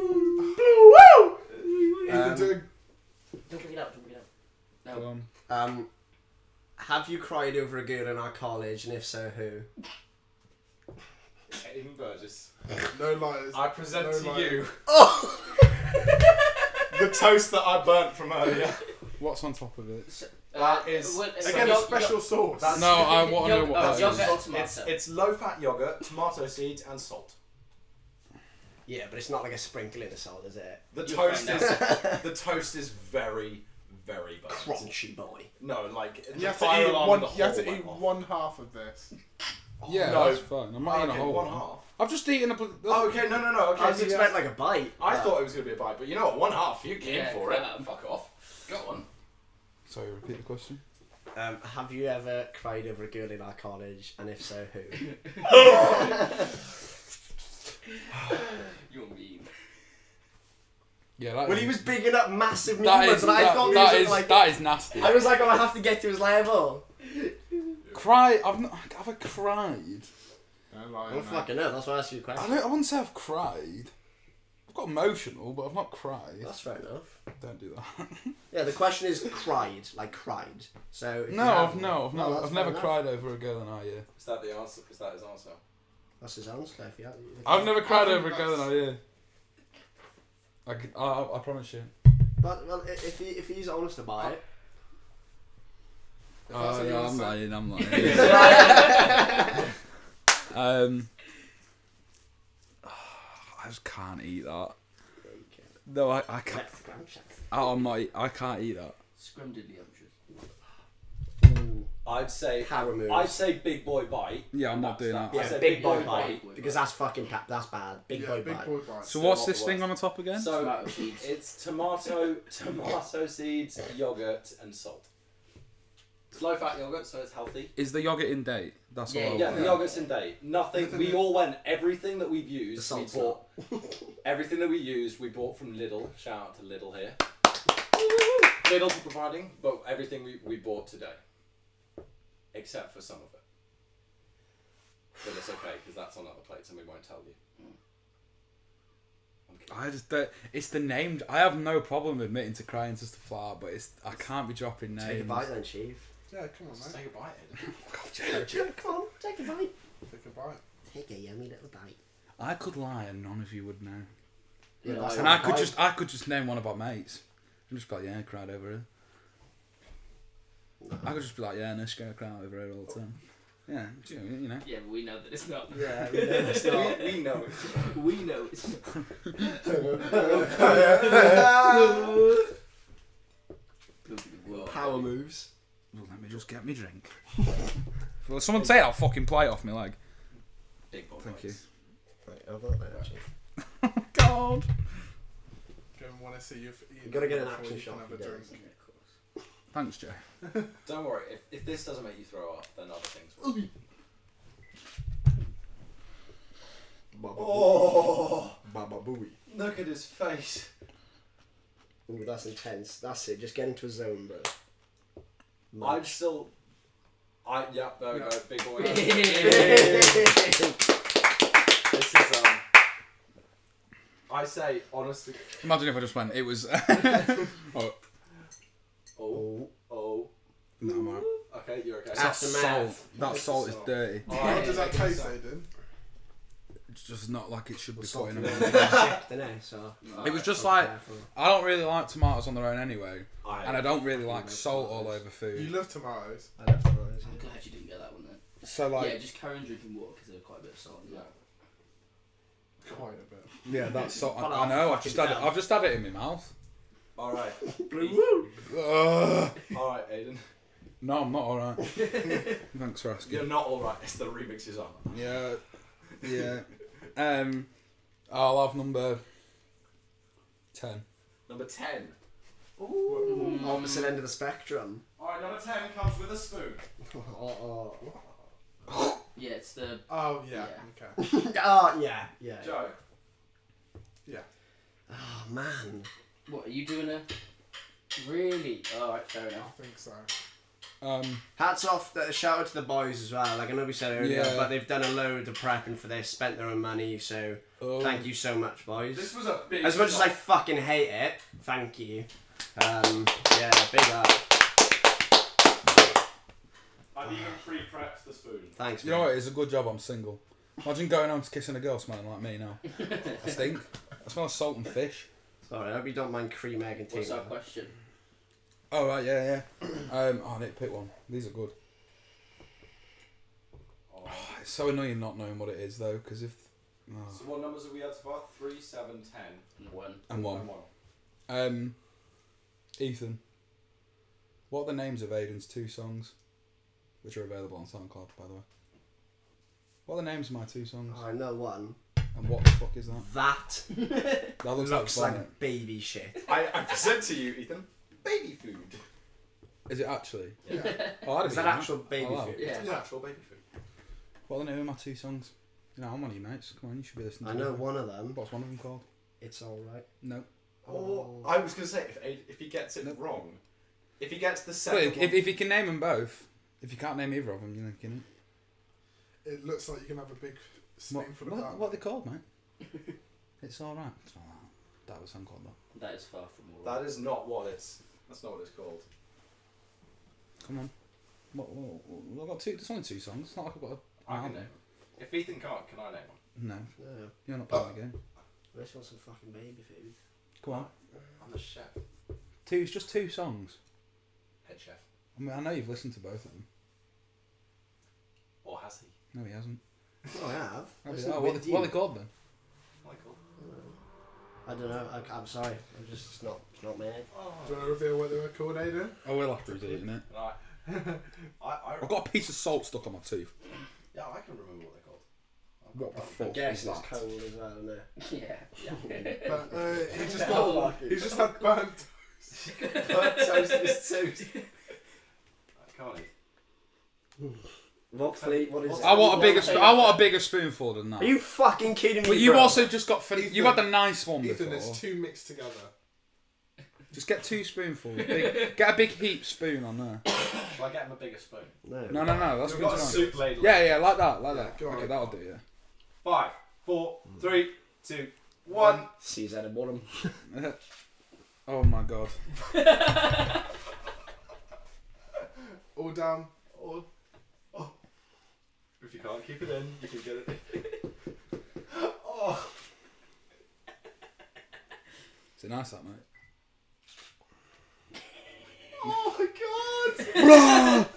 Speaker 5: no!
Speaker 1: Um,
Speaker 3: Don't bring it out. Don't bring it out.
Speaker 1: Go on.
Speaker 4: Um, have you cried over a girl in our college, and if so, who?
Speaker 5: Aiden Burgess,
Speaker 2: No liars.
Speaker 5: I present
Speaker 2: No
Speaker 5: to
Speaker 2: liars.
Speaker 5: you Oh. the toast that I burnt from earlier.
Speaker 1: What's on top of it?
Speaker 5: That is-
Speaker 3: uh,
Speaker 2: Again, a special sauce.
Speaker 5: That's-
Speaker 1: No, I want to know what
Speaker 3: Oh,
Speaker 1: that
Speaker 3: you're
Speaker 1: is.
Speaker 3: better tomato.
Speaker 5: It's, it's low-fat yogurt, tomato seeds, and salt.
Speaker 4: Yeah, but it's not like a sprinkling of salt, is it?
Speaker 5: The
Speaker 3: You'll
Speaker 5: toast
Speaker 3: find
Speaker 5: is the toast is very, very burnt.
Speaker 4: Crunchy boy.
Speaker 5: No, like the
Speaker 2: You have to
Speaker 5: fire
Speaker 2: eat
Speaker 5: alarm
Speaker 2: one.
Speaker 5: in the
Speaker 2: You have
Speaker 5: hall
Speaker 2: to
Speaker 5: went
Speaker 2: eat
Speaker 5: off.
Speaker 2: one half of this.
Speaker 1: Yeah,
Speaker 5: No.
Speaker 1: that's fine. I'm not eating a
Speaker 5: okay,
Speaker 1: whole
Speaker 5: one
Speaker 1: one.
Speaker 5: half.
Speaker 1: I've just eaten a. Pl-
Speaker 5: Oh, okay, no, no, no. Okay,
Speaker 4: I was
Speaker 5: so you-
Speaker 4: expecting like a bite.
Speaker 5: I
Speaker 4: but-
Speaker 5: thought it was gonna be a bite, but you know what? One half, you came
Speaker 3: Yeah,
Speaker 5: for it.
Speaker 3: crap.
Speaker 5: Fuck off. Go on.
Speaker 1: Sorry, repeat the question.
Speaker 4: Um, have you ever cried over a girl in our college, and if so, who?
Speaker 3: You're mean.
Speaker 1: Yeah, that
Speaker 4: Well,
Speaker 1: is-
Speaker 4: he was bigging up massive
Speaker 1: That
Speaker 4: numbers,
Speaker 1: is
Speaker 4: and I
Speaker 1: that,
Speaker 4: thought
Speaker 1: that
Speaker 4: he was
Speaker 1: is
Speaker 4: like,
Speaker 1: that is nasty.
Speaker 4: I was like, oh, I have to get to his level.
Speaker 1: Cry. I've not. Have I cried?
Speaker 2: No
Speaker 4: I
Speaker 2: liars.
Speaker 4: don't fucking know. That's why I asked you a
Speaker 1: I
Speaker 4: question.
Speaker 1: don't. I wouldn't say I've cried. I've got emotional, but I've not cried.
Speaker 4: That's fair enough.
Speaker 1: Don't do that.
Speaker 4: Yeah, the question is cried, like cried. So if you
Speaker 1: No,
Speaker 4: have
Speaker 1: I've no, I've
Speaker 4: one-
Speaker 1: no,
Speaker 4: that's
Speaker 1: I've
Speaker 4: fair
Speaker 1: never
Speaker 4: enough.
Speaker 1: cried over a girl in our year.
Speaker 5: Is that the answer? Is that his answer?
Speaker 4: That's his answer. If you have,
Speaker 1: I've never cried
Speaker 2: think
Speaker 1: over a girl in
Speaker 2: that's-
Speaker 1: our year. I, c- I, I- I promise you.
Speaker 4: But well, i- if he if he's honest about it,
Speaker 2: that's what you wanna say.
Speaker 1: Uh, I'm lying. um, I just can't eat that. No, I, I can't. I'm not. I can't eat that.
Speaker 3: Scrimdiddlyumptious.
Speaker 5: I'd say.
Speaker 4: power moves.
Speaker 5: I'd say big boy bite.
Speaker 1: Yeah, I'm not doing that.
Speaker 4: yeah,
Speaker 5: I said
Speaker 4: big,
Speaker 5: big
Speaker 4: boy,
Speaker 5: boy
Speaker 4: bite,
Speaker 3: bite.
Speaker 4: because that's fucking pa- that's bad. Big
Speaker 2: Yeah,
Speaker 4: boy
Speaker 2: big
Speaker 4: bite.
Speaker 2: boy
Speaker 1: So
Speaker 2: bite.
Speaker 5: Still
Speaker 1: what's
Speaker 5: not
Speaker 1: this
Speaker 5: the
Speaker 1: thing
Speaker 5: worst.
Speaker 1: on the top again?
Speaker 5: So
Speaker 3: Tomato seeds.
Speaker 5: it's tomato, tomato seeds, yogurt, and salt. It's low fat yogurt, so it's healthy.
Speaker 1: Is the yogurt in date? That's
Speaker 3: Yeah,
Speaker 1: all. I
Speaker 5: Yeah,
Speaker 1: want.
Speaker 5: the yogurt's in date. Nothing. We all went. Everything that we've
Speaker 4: The
Speaker 5: used, we
Speaker 4: salt's
Speaker 5: bought. Everything that we used, we bought from Lidl. Shout out to Lidl here. Fiddle for providing, but everything we, we bought today, except for some of it. But it's okay because that's on other plates and we won't tell you. I'm kidding.
Speaker 1: I just don't. It's the name. I have no problem admitting to crying to stuff like that, but it's I can't be dropping names.
Speaker 4: Take a bite then, Chief.
Speaker 2: Yeah, come on,
Speaker 5: Just
Speaker 2: mate.
Speaker 5: take a bite.
Speaker 1: God, Jared,
Speaker 4: Come on, take a bite.
Speaker 2: Take a bite.
Speaker 4: Take a yummy little bite.
Speaker 1: I could lie and none of you would know.
Speaker 4: Yeah,
Speaker 3: No,
Speaker 4: that's
Speaker 1: And
Speaker 4: not
Speaker 1: I could
Speaker 4: fine.
Speaker 1: just I could just name one of our mates. And just be like, yeah, I cried over her. I could just be like, yeah, no, she's gonna cry over her all the time. Yeah, do you you know.
Speaker 3: yeah, but we know that it's not.
Speaker 4: Yeah, we know it's not.
Speaker 5: We, we know it's
Speaker 3: we know it's not.
Speaker 4: Power moves.
Speaker 1: Well, let me just get me drink. well, someone take that fucking plate off me, like.
Speaker 5: big boy.
Speaker 1: Thank you.
Speaker 4: Right, I've got that actually.
Speaker 1: God.
Speaker 2: Don't want to see you.
Speaker 4: You gotta get an
Speaker 2: before
Speaker 4: action
Speaker 2: you can
Speaker 4: shot
Speaker 2: have
Speaker 4: if
Speaker 2: a
Speaker 4: he
Speaker 2: drink.
Speaker 4: does.
Speaker 1: Thanks, Joe.
Speaker 5: Don't worry, if, if this doesn't make you throw up, then other things will.
Speaker 4: Baba
Speaker 5: Oh,
Speaker 4: booey.
Speaker 5: look at his face.
Speaker 4: Ooh, that's intense. That's it. Just get into a zone, bro.
Speaker 5: I'm still. I yeah, there we
Speaker 2: Yeah.
Speaker 5: go, big boy. this
Speaker 4: Nice.
Speaker 5: is um. I say honestly.
Speaker 1: Imagine if I just went. It was. oh,
Speaker 5: Oh
Speaker 4: Ooh.
Speaker 5: oh.
Speaker 1: no, I'm alright.
Speaker 5: Okay, you're okay.
Speaker 4: Ah.
Speaker 1: That
Speaker 4: Aftermath.
Speaker 1: salt. That salt is
Speaker 5: Salt.
Speaker 1: dirty.
Speaker 2: How
Speaker 5: I-
Speaker 2: does that taste, Aiden?
Speaker 1: It's just not like it should be
Speaker 4: Salt
Speaker 1: put
Speaker 4: and
Speaker 1: in.
Speaker 4: then
Speaker 1: a-
Speaker 4: check the nest, so
Speaker 1: It was just
Speaker 4: be
Speaker 1: like
Speaker 4: careful.
Speaker 1: I don't really like tomatoes on their own anyway,
Speaker 5: I,
Speaker 1: and I don't really like
Speaker 4: love
Speaker 1: salt all
Speaker 4: tomatoes.
Speaker 1: over
Speaker 2: You
Speaker 1: food.
Speaker 2: love tomatoes.
Speaker 4: I love tomatoes.
Speaker 3: I'm glad you didn't get that one then.
Speaker 1: So like,
Speaker 3: yeah, just carry on drinking water because there's quite a bit of salt in that.
Speaker 2: Quite a bit.
Speaker 1: Yeah, that's so.
Speaker 4: Well,
Speaker 1: I, I
Speaker 4: I'll
Speaker 1: know. I've
Speaker 4: fucking
Speaker 1: just had it.
Speaker 4: tell.
Speaker 1: I've just had it in my mouth.
Speaker 5: All right,
Speaker 1: Ugh.
Speaker 5: all right, Aiden.
Speaker 1: No, I'm not all right. Thanks for
Speaker 5: You're
Speaker 1: asking.
Speaker 5: not all right. It's the remix is on.
Speaker 1: Yeah, yeah. Um, I'll have number ten.
Speaker 5: Number ten. Hmm.
Speaker 4: Opposite end of the spectrum.
Speaker 5: All right, number ten comes with a spoon.
Speaker 4: Oh,
Speaker 3: Yeah, it's the.
Speaker 2: Oh yeah. Okay.
Speaker 4: oh. oh yeah, yeah.
Speaker 5: Joe.
Speaker 4: Oh man.
Speaker 3: What are you doing a? Really? All right, fair
Speaker 2: I
Speaker 3: enough.
Speaker 2: think so.
Speaker 1: Um,
Speaker 4: Hats off. The, shout out to the boys as well. Like I know we said earlier,
Speaker 1: Yeah.
Speaker 4: but they've done a load of prepping for this, spent their own money. So
Speaker 1: oh,
Speaker 4: thank you so much, boys.
Speaker 5: This was a big.
Speaker 4: As much as I
Speaker 5: shot.
Speaker 4: fucking hate it, thank you. Um, yeah, big up.
Speaker 5: I've even pre-prepped the spoon.
Speaker 4: Thanks.
Speaker 1: You know what? It's a good job I'm single. Imagine going home to kissing a girl smelling like me now. I stink. I smell of salt and fish.
Speaker 4: Sorry, I hope you don't mind cream egg and tea.
Speaker 3: What's our question?
Speaker 1: Oh right, yeah, yeah. Um, oh, I need to pick one. These are good.
Speaker 5: All
Speaker 1: Oh,
Speaker 5: right.
Speaker 1: it's so annoying not knowing what it is though, because if oh,
Speaker 5: So what numbers have we had so far? Three, seven, ten,
Speaker 3: One.
Speaker 1: and one.
Speaker 5: and one.
Speaker 1: Um, Ethan, what are the names of Aiden's two songs, which are available on SoundCloud, by the way? What are the names of my two songs,
Speaker 4: Oh, I know one.
Speaker 1: and what the fuck is that?
Speaker 4: That
Speaker 1: That looks,
Speaker 4: looks
Speaker 1: like
Speaker 4: like
Speaker 1: vomit.
Speaker 4: baby shit.
Speaker 5: I, I present to you, Ethan, baby food.
Speaker 1: Is it actually?
Speaker 5: Yeah.
Speaker 1: Oh, I'd have
Speaker 4: Is that
Speaker 1: eaten
Speaker 4: actual baby
Speaker 1: wow.
Speaker 4: food?
Speaker 3: Yeah.
Speaker 5: Natural baby food.
Speaker 1: What are the name of my two songs? You know, I'm one of you mates. Come on, you should be listening.
Speaker 4: I
Speaker 1: to
Speaker 4: know
Speaker 1: them.
Speaker 4: one of them.
Speaker 1: What's one of them called?
Speaker 4: It's alright.
Speaker 1: No.
Speaker 5: Or I was gonna say if Aid- if he gets it
Speaker 1: No.
Speaker 5: wrong, if he gets the
Speaker 1: Well,
Speaker 5: second
Speaker 1: if, if,
Speaker 5: one,
Speaker 1: if you can name them both, if you can't name either of them, you know, can
Speaker 2: It looks like you can have a big
Speaker 1: you? What,
Speaker 2: spoonful of
Speaker 1: what,
Speaker 2: that.
Speaker 1: what are they called, mate? it's all right. It's all right. That was a song called that.
Speaker 3: That is far from all.
Speaker 5: that is not what it's. That's not what it's called.
Speaker 1: Come on. What, what, what- I've got two. There's only two songs. It's not like I've got. A,
Speaker 5: I
Speaker 1: an
Speaker 5: can
Speaker 1: album.
Speaker 5: name. One. If Ethan can't, can I name one?
Speaker 1: No,
Speaker 4: No,
Speaker 1: you're not
Speaker 4: Oh.
Speaker 1: playing the game.
Speaker 4: this one's some fucking baby food.
Speaker 1: Come on.
Speaker 5: I'm the chef,
Speaker 1: Two. It's just two songs.
Speaker 5: head chef,
Speaker 1: I mean, I know you've listened to both of them.
Speaker 5: or has he?
Speaker 1: No, he hasn't.
Speaker 4: Oh, I have.
Speaker 1: Oh,
Speaker 4: Listen,
Speaker 1: what,
Speaker 4: with
Speaker 1: are- what are
Speaker 4: you.
Speaker 1: they called then?
Speaker 5: Michael.
Speaker 4: I don't know. I, I'm sorry. I'm just it's not. It's not me.
Speaker 2: Do you want to reveal what they were called, Aiden?
Speaker 1: I
Speaker 4: Oh,
Speaker 1: will after he's eating it.
Speaker 5: And I, I, I,
Speaker 1: I've got a piece of salt stuck on my tooth.
Speaker 5: yeah, I can remember what they're called. I've got
Speaker 1: What the
Speaker 5: that.
Speaker 1: fuck
Speaker 4: Guess
Speaker 1: is
Speaker 4: it's
Speaker 1: that?
Speaker 4: cold as well, isn't it?
Speaker 3: Yeah. yeah.
Speaker 2: But uh, he just
Speaker 4: Oh,
Speaker 2: got. He just had burnt.
Speaker 5: Burnt toast in his tooth. I can't eat.
Speaker 4: What fleet? What is it?
Speaker 1: I want a
Speaker 4: What
Speaker 1: bigger.
Speaker 4: fleet?
Speaker 1: Sp- I want a bigger spoonful than that.
Speaker 4: Are you fucking kidding me?
Speaker 1: but you
Speaker 4: bro?
Speaker 1: also just got. Fin- you had the nice one
Speaker 2: Ethan,
Speaker 1: before.
Speaker 2: there's two mixed together.
Speaker 1: Just get two spoonfuls. Big, get a big heap spoon on there.
Speaker 5: Shall I get him a bigger spoon?
Speaker 4: No.
Speaker 1: No, no, no. That's
Speaker 5: We've
Speaker 1: good
Speaker 5: got a
Speaker 1: enough.
Speaker 5: soup ladle.
Speaker 1: Yeah, yeah, like that, like
Speaker 2: Yeah,
Speaker 1: that.
Speaker 2: go on.
Speaker 1: Okay, that'll do. Yeah.
Speaker 5: Five, four,
Speaker 1: Hmm.
Speaker 5: three, two, one.
Speaker 4: Sees at the bottom.
Speaker 1: Oh my god.
Speaker 2: All down.
Speaker 5: Or, oh. If you can't keep it in, you can get it. oh.
Speaker 1: Is it nice that, mate?
Speaker 5: oh my god!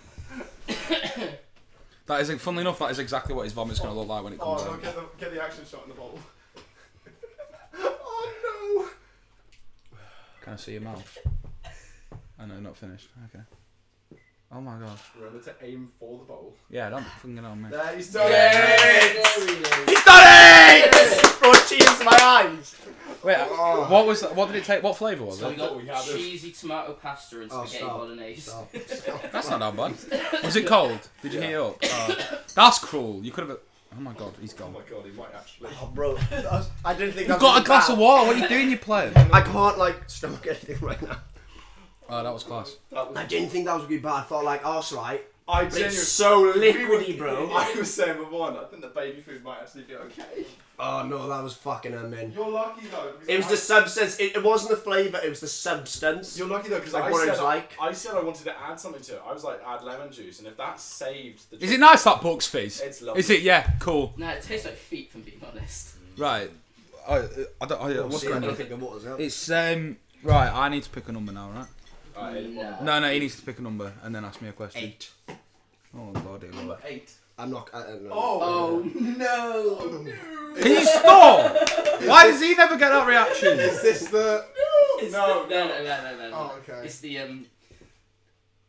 Speaker 1: That is, funnily enough, that is exactly what his vomit's going to look like when it
Speaker 2: Oh,
Speaker 1: comes
Speaker 2: no,
Speaker 1: out.
Speaker 2: get the, get the action shot in the bottle. oh
Speaker 1: Can I see your mouth? I know, not finished. Okay. Oh my god.
Speaker 5: Remember to aim for the bowl.
Speaker 1: Yeah, don't fucking get on me.
Speaker 5: There, he's
Speaker 2: no!
Speaker 5: done
Speaker 1: He's done it!
Speaker 4: tears in my eyes.
Speaker 1: Wait, what was that? What did it take? What flavour was
Speaker 3: So we
Speaker 1: it?
Speaker 5: thought
Speaker 3: got
Speaker 5: we had it.
Speaker 3: cheesy tomato pasta and
Speaker 4: Oh,
Speaker 3: spaghetti
Speaker 4: stop.
Speaker 3: bolognese.
Speaker 1: That's not that bad. Was it cold? Did you heat it up? Oh, that's cruel. You could have. Oh my god, he's
Speaker 5: Oh
Speaker 1: gone.
Speaker 5: my god, he might actually.
Speaker 4: Oh, bro. that was- I didn't think
Speaker 1: You've got a glass of water. What are you doing, you player?
Speaker 4: I can't like stomach anything right now.
Speaker 1: Oh, that was class.
Speaker 5: That was,
Speaker 4: I didn't think that was gonna be bad. I thought like, oh, it's alright.
Speaker 5: I
Speaker 4: But it's
Speaker 5: genuinely.
Speaker 4: so
Speaker 5: we were-
Speaker 4: liquidy, bro.
Speaker 5: I was saying with one, I think the baby food might actually be okay.
Speaker 4: Oh no, that was fucking amazing.
Speaker 2: You're lucky though. because
Speaker 4: It was
Speaker 2: I-
Speaker 4: the substance. It, it wasn't the flavour. It was the substance.
Speaker 5: You're lucky though, because
Speaker 4: Like
Speaker 5: I,
Speaker 4: what it
Speaker 5: said
Speaker 4: was
Speaker 5: I-
Speaker 4: like?
Speaker 5: I said I wanted to add something to it. I was like, add lemon juice, and if that saved the.
Speaker 1: Is it nice that Bucks fizz?
Speaker 5: It's lovely.
Speaker 1: Is it? Yeah, cool.
Speaker 3: Nah, it tastes like feet, if I'm being honest.
Speaker 1: Right. I, I don't. I, what's
Speaker 4: See, I
Speaker 1: going
Speaker 4: don't
Speaker 1: on?
Speaker 4: think the water's out.
Speaker 1: It's um. Right, I need to pick a number now, right?
Speaker 5: Alright, it-
Speaker 3: Nah.
Speaker 1: No, no, he needs to pick a number and then ask me a question.
Speaker 4: Eight.
Speaker 1: Oh lordy, lord.
Speaker 5: Number eight.
Speaker 4: I'm not. I don't know.
Speaker 2: Oh.
Speaker 3: no!
Speaker 1: Can you stop? Why does he never get that reaction?
Speaker 2: Is this the?
Speaker 3: It's
Speaker 5: No,
Speaker 3: the, no, no, no, no, no, no.
Speaker 2: Oh, okay.
Speaker 3: It's the um.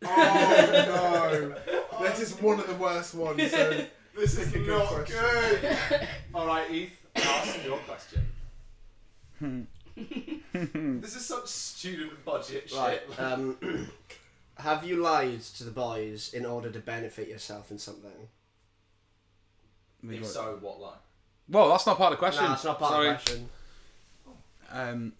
Speaker 2: Oh no! This is one of the worst ones. So this is
Speaker 5: Not good. Alright, Heath, ask your question.
Speaker 4: Hmm.
Speaker 5: this is such student budget shit.
Speaker 4: Right. Um, have you lied to the boys in order to benefit yourself in something?
Speaker 5: If so, what line?
Speaker 1: Well, that's not part of the question.
Speaker 4: Nah, it's not part
Speaker 1: Sorry.
Speaker 4: of the question.
Speaker 1: Um,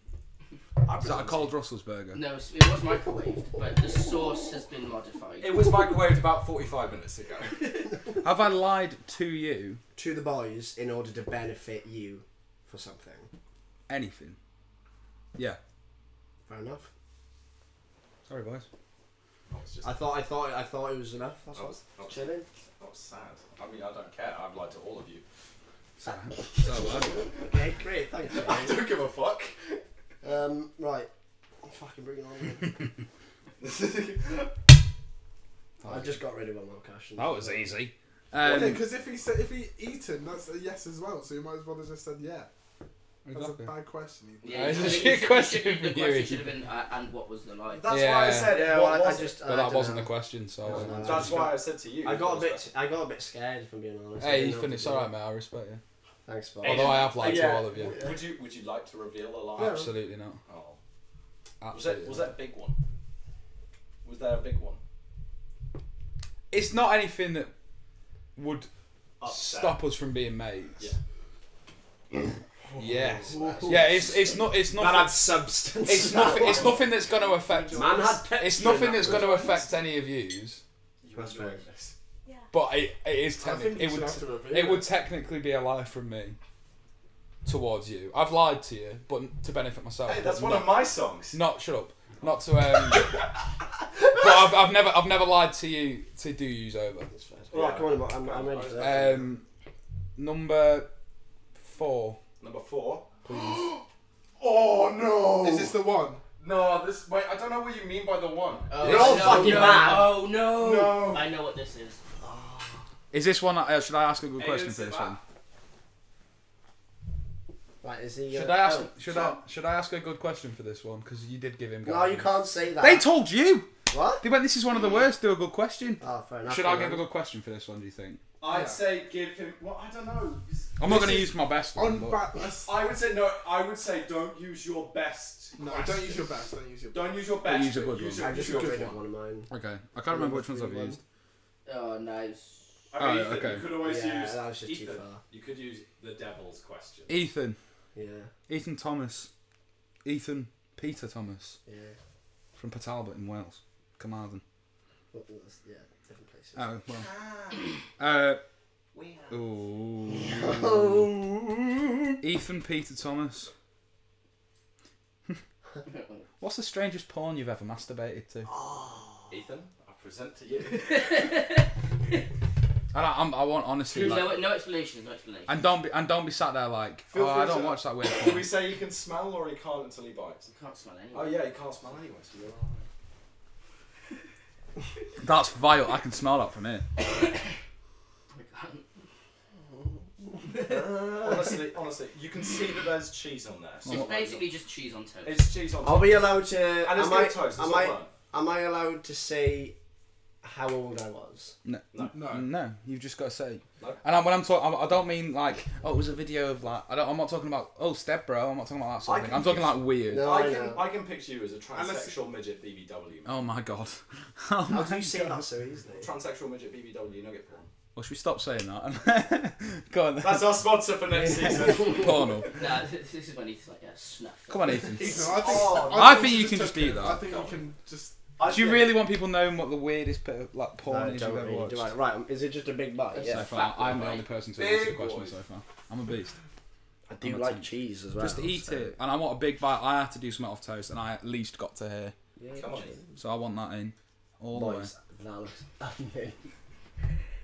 Speaker 1: is that a cold Russell's burger?
Speaker 3: No, it's- it was microwaved, but the sauce has been modified.
Speaker 5: It was microwaved about 45 minutes ago.
Speaker 1: Have I lied to you?
Speaker 4: To the boys in order to benefit you for something.
Speaker 1: Anything? Yeah.
Speaker 4: Fair enough.
Speaker 1: Sorry, boys.
Speaker 5: That was just.
Speaker 4: I thought. I thought. I thought it was enough. That's
Speaker 5: that
Speaker 4: all.
Speaker 5: was, that was-
Speaker 4: Chilling.
Speaker 5: that was sad. I mean, I don't care. I've lied to all of you.
Speaker 1: So, so uh,
Speaker 4: Okay. Great. Thanks.
Speaker 5: I
Speaker 4: mate.
Speaker 5: don't give a fuck.
Speaker 4: um. Right. Fucking bring it on. then. I just got rid of one more question.
Speaker 1: that was easy. Um,
Speaker 2: Because if he said if he eaten, that's a yes as well. So you might as well have just said yeah. That's a bad question. Ethan.
Speaker 1: Uh,
Speaker 3: Yeah, you
Speaker 1: it's a
Speaker 3: should-
Speaker 1: shit
Speaker 3: you should-
Speaker 1: question
Speaker 3: you should-
Speaker 1: for
Speaker 3: The
Speaker 1: you,
Speaker 3: question
Speaker 1: Ian.
Speaker 3: should have been, uh, and what was the lie?
Speaker 5: That's why I
Speaker 1: Yeah.
Speaker 5: said,
Speaker 4: Yeah,
Speaker 5: what
Speaker 4: well, I, I
Speaker 5: was
Speaker 4: just.
Speaker 1: but
Speaker 4: I
Speaker 1: that wasn't the
Speaker 4: the.
Speaker 1: question, so.
Speaker 4: Wasn't
Speaker 1: uh,
Speaker 5: it?
Speaker 4: I
Speaker 5: That's
Speaker 4: just
Speaker 5: why
Speaker 4: got-
Speaker 5: I said to you.
Speaker 4: I got a bit.
Speaker 5: first
Speaker 4: I got a bit scared, if I'm being honest. I
Speaker 1: Hey,
Speaker 4: didn't know
Speaker 1: you
Speaker 4: what to
Speaker 1: finished.
Speaker 4: do.
Speaker 1: Alright, mate, I respect you.
Speaker 4: Thanks, Bob.
Speaker 5: Hey,
Speaker 1: Although I have lied to
Speaker 5: yeah.
Speaker 1: all of you.
Speaker 5: Would you Would you like to reveal a lie?
Speaker 2: Yeah.
Speaker 1: Absolutely not.
Speaker 5: Oh. Was
Speaker 1: Absolutely.
Speaker 5: that Was that a big one? Was there a big one?
Speaker 1: It's not anything that would
Speaker 5: Upset.
Speaker 1: stop us from being mates. yes.
Speaker 2: Ooh.
Speaker 1: Yeah, it's it's not it's
Speaker 4: Man had
Speaker 1: nothing.
Speaker 4: substance.
Speaker 1: It's nothing. It's nothing that's going to affect.
Speaker 4: Man had pets.
Speaker 1: It's nothing that's going to affect any of yous.
Speaker 5: You
Speaker 4: That's
Speaker 5: enjoying
Speaker 4: fair.
Speaker 5: this?
Speaker 1: But it, it is
Speaker 2: I think
Speaker 1: technically
Speaker 2: you
Speaker 1: it
Speaker 2: should
Speaker 1: would
Speaker 2: have to reveal
Speaker 1: it would technically be a lie from me towards you. I've lied to you, but to benefit myself.
Speaker 5: Hey,
Speaker 1: but
Speaker 5: that's one
Speaker 1: not,
Speaker 5: of my songs.
Speaker 1: Not shut up. Not to um. but I've, I've never I've never lied to you to do yous over.
Speaker 4: Right, come on, Mark, I'm, I'm ready for that.
Speaker 1: Um, number four,
Speaker 5: Number four.
Speaker 1: please.
Speaker 5: Oh no!
Speaker 2: Is this the one?
Speaker 5: no? This wait. I don't know what you mean by the one.
Speaker 3: Oh,
Speaker 4: They're all
Speaker 3: no,
Speaker 4: fucking
Speaker 3: no,
Speaker 4: bad.
Speaker 3: Oh no.
Speaker 2: No.
Speaker 3: I know what this is.
Speaker 1: Is this one? Uh, should I ask a good
Speaker 5: Hey,
Speaker 1: question
Speaker 5: it's
Speaker 1: for this
Speaker 5: about-
Speaker 1: one?
Speaker 4: Right, is he? uh,
Speaker 1: Should I ask?
Speaker 4: oh.
Speaker 1: Should I? Should I ask a good question for this one? Because you did give him.
Speaker 4: No, you
Speaker 1: guidance.
Speaker 4: can't say that.
Speaker 1: They told you.
Speaker 4: what?
Speaker 1: They went. This is one of the worst. Do a good question.
Speaker 4: Oh, fair enough.
Speaker 1: Should I
Speaker 4: come
Speaker 1: give a
Speaker 4: on.
Speaker 1: good question for this one? Do you think?
Speaker 5: I'd
Speaker 2: Yeah.
Speaker 5: say give him. Well, I don't know.
Speaker 1: I'm not
Speaker 5: This
Speaker 1: going to
Speaker 5: is-
Speaker 1: use my best one.
Speaker 2: On
Speaker 1: but-
Speaker 2: back.
Speaker 5: I would say no. I would say don't use your best.
Speaker 2: No,
Speaker 5: question.
Speaker 2: don't use your best. Don't use your.
Speaker 5: Don't use your best.
Speaker 1: use a
Speaker 5: but
Speaker 1: good
Speaker 5: use
Speaker 1: one.
Speaker 5: your-
Speaker 4: I just
Speaker 5: use
Speaker 4: got
Speaker 5: your
Speaker 4: rid
Speaker 5: good
Speaker 4: of
Speaker 5: one.
Speaker 4: one of mine.
Speaker 1: okay, I can't remember which ones I've used.
Speaker 3: Oh, nice.
Speaker 5: I mean,
Speaker 1: Oh,
Speaker 5: Ethan,
Speaker 1: okay.
Speaker 5: You could always
Speaker 4: yeah,
Speaker 5: use.
Speaker 4: that was just too
Speaker 5: Ethan.
Speaker 4: far.
Speaker 5: You could
Speaker 1: E-
Speaker 5: use the devil's question.
Speaker 1: Ethan,
Speaker 4: Yeah.
Speaker 1: Ethan Thomas, Ethan Peter Thomas
Speaker 6: Yeah.
Speaker 1: from Patalbert in Wales, Carmarthen.
Speaker 6: Well, that's, yeah, different places.
Speaker 1: Oh well.
Speaker 5: Ah.
Speaker 1: Uh,
Speaker 3: We have.
Speaker 1: ooh.
Speaker 5: Oh.
Speaker 1: Ethan Peter Thomas. What's the strangest porn you've ever masturbated to?
Speaker 5: Oh. Ethan, I present to you.
Speaker 1: And I, I'm, I want honesty. Like,
Speaker 3: no, no explanations, no explanations.
Speaker 1: and don't be and don't be sat there like,
Speaker 5: Feel
Speaker 1: oh, I
Speaker 5: free
Speaker 1: don't
Speaker 5: to-
Speaker 1: watch that weird
Speaker 5: Did
Speaker 1: porn.
Speaker 5: we say you can smell or he can't until he bites?
Speaker 3: You can't smell anyone.
Speaker 5: Oh yeah, he can't smell anyway, so you're alright.
Speaker 1: That's vile. I can smell that from here.
Speaker 5: honestly, honestly, you can see that there's cheese on there. so
Speaker 3: It's
Speaker 5: like-
Speaker 3: basically just cheese on toast.
Speaker 5: it's cheese on.
Speaker 4: Are we allowed to?
Speaker 5: and it's
Speaker 4: am,
Speaker 5: good
Speaker 4: I,
Speaker 5: toast. It's
Speaker 4: am,
Speaker 5: not
Speaker 4: I,
Speaker 5: burnt.
Speaker 4: am I allowed to say how old I was?
Speaker 1: No,
Speaker 5: No.
Speaker 2: No.
Speaker 1: no. You've just got to say.
Speaker 5: No.
Speaker 1: And I, when I'm talking, I don't mean like, oh, it was a video of like. I don't, I'm not talking about oh, step bro. I'm not talking about that sort
Speaker 5: I
Speaker 1: of thing.
Speaker 5: can
Speaker 1: I'm talking
Speaker 5: just-
Speaker 1: like weird.
Speaker 4: No,
Speaker 5: I
Speaker 4: I
Speaker 5: can
Speaker 4: know.
Speaker 5: I can picture you as a
Speaker 2: Unless-
Speaker 5: transsexual midget BBW.
Speaker 1: Oh my god. Oh
Speaker 4: How
Speaker 1: my
Speaker 4: do you say
Speaker 1: God.
Speaker 4: that so easily?
Speaker 5: Transsexual midget BBW nugget porn.
Speaker 1: Well, should we stop saying that? Go on. Then.
Speaker 5: That's our sponsor for next season.
Speaker 1: Porno.
Speaker 3: Nah, this, this is when he's like, yeah, snuff.
Speaker 1: Come on, Ethan.
Speaker 2: Ethan, I think,
Speaker 5: Oh,
Speaker 1: I think
Speaker 2: we
Speaker 1: you
Speaker 2: should
Speaker 1: can just
Speaker 2: take
Speaker 1: do
Speaker 2: it.
Speaker 1: that.
Speaker 2: I think you can just.
Speaker 1: Do you really want people knowing what the weirdest bit of, like porn
Speaker 4: I
Speaker 1: is
Speaker 4: don't
Speaker 1: you've ever
Speaker 4: really,
Speaker 1: watched?
Speaker 4: do I? Right, um, is it just a big bite?
Speaker 1: So
Speaker 4: Yeah.
Speaker 1: far,
Speaker 3: Fat
Speaker 1: I'm the
Speaker 3: boy.
Speaker 1: only person to
Speaker 5: Big
Speaker 1: answer the question
Speaker 5: boy.
Speaker 1: so far. I'm a beast.
Speaker 4: I
Speaker 1: I'm a
Speaker 4: do like
Speaker 1: ten.
Speaker 4: cheese as well.
Speaker 1: Just eat
Speaker 4: so-
Speaker 1: it, and I want a big bite. I had to do something off toast, and I at least got to here,
Speaker 4: Yeah,
Speaker 5: Come on.
Speaker 1: so I want that in all the way.
Speaker 4: Boys, that looks amazing.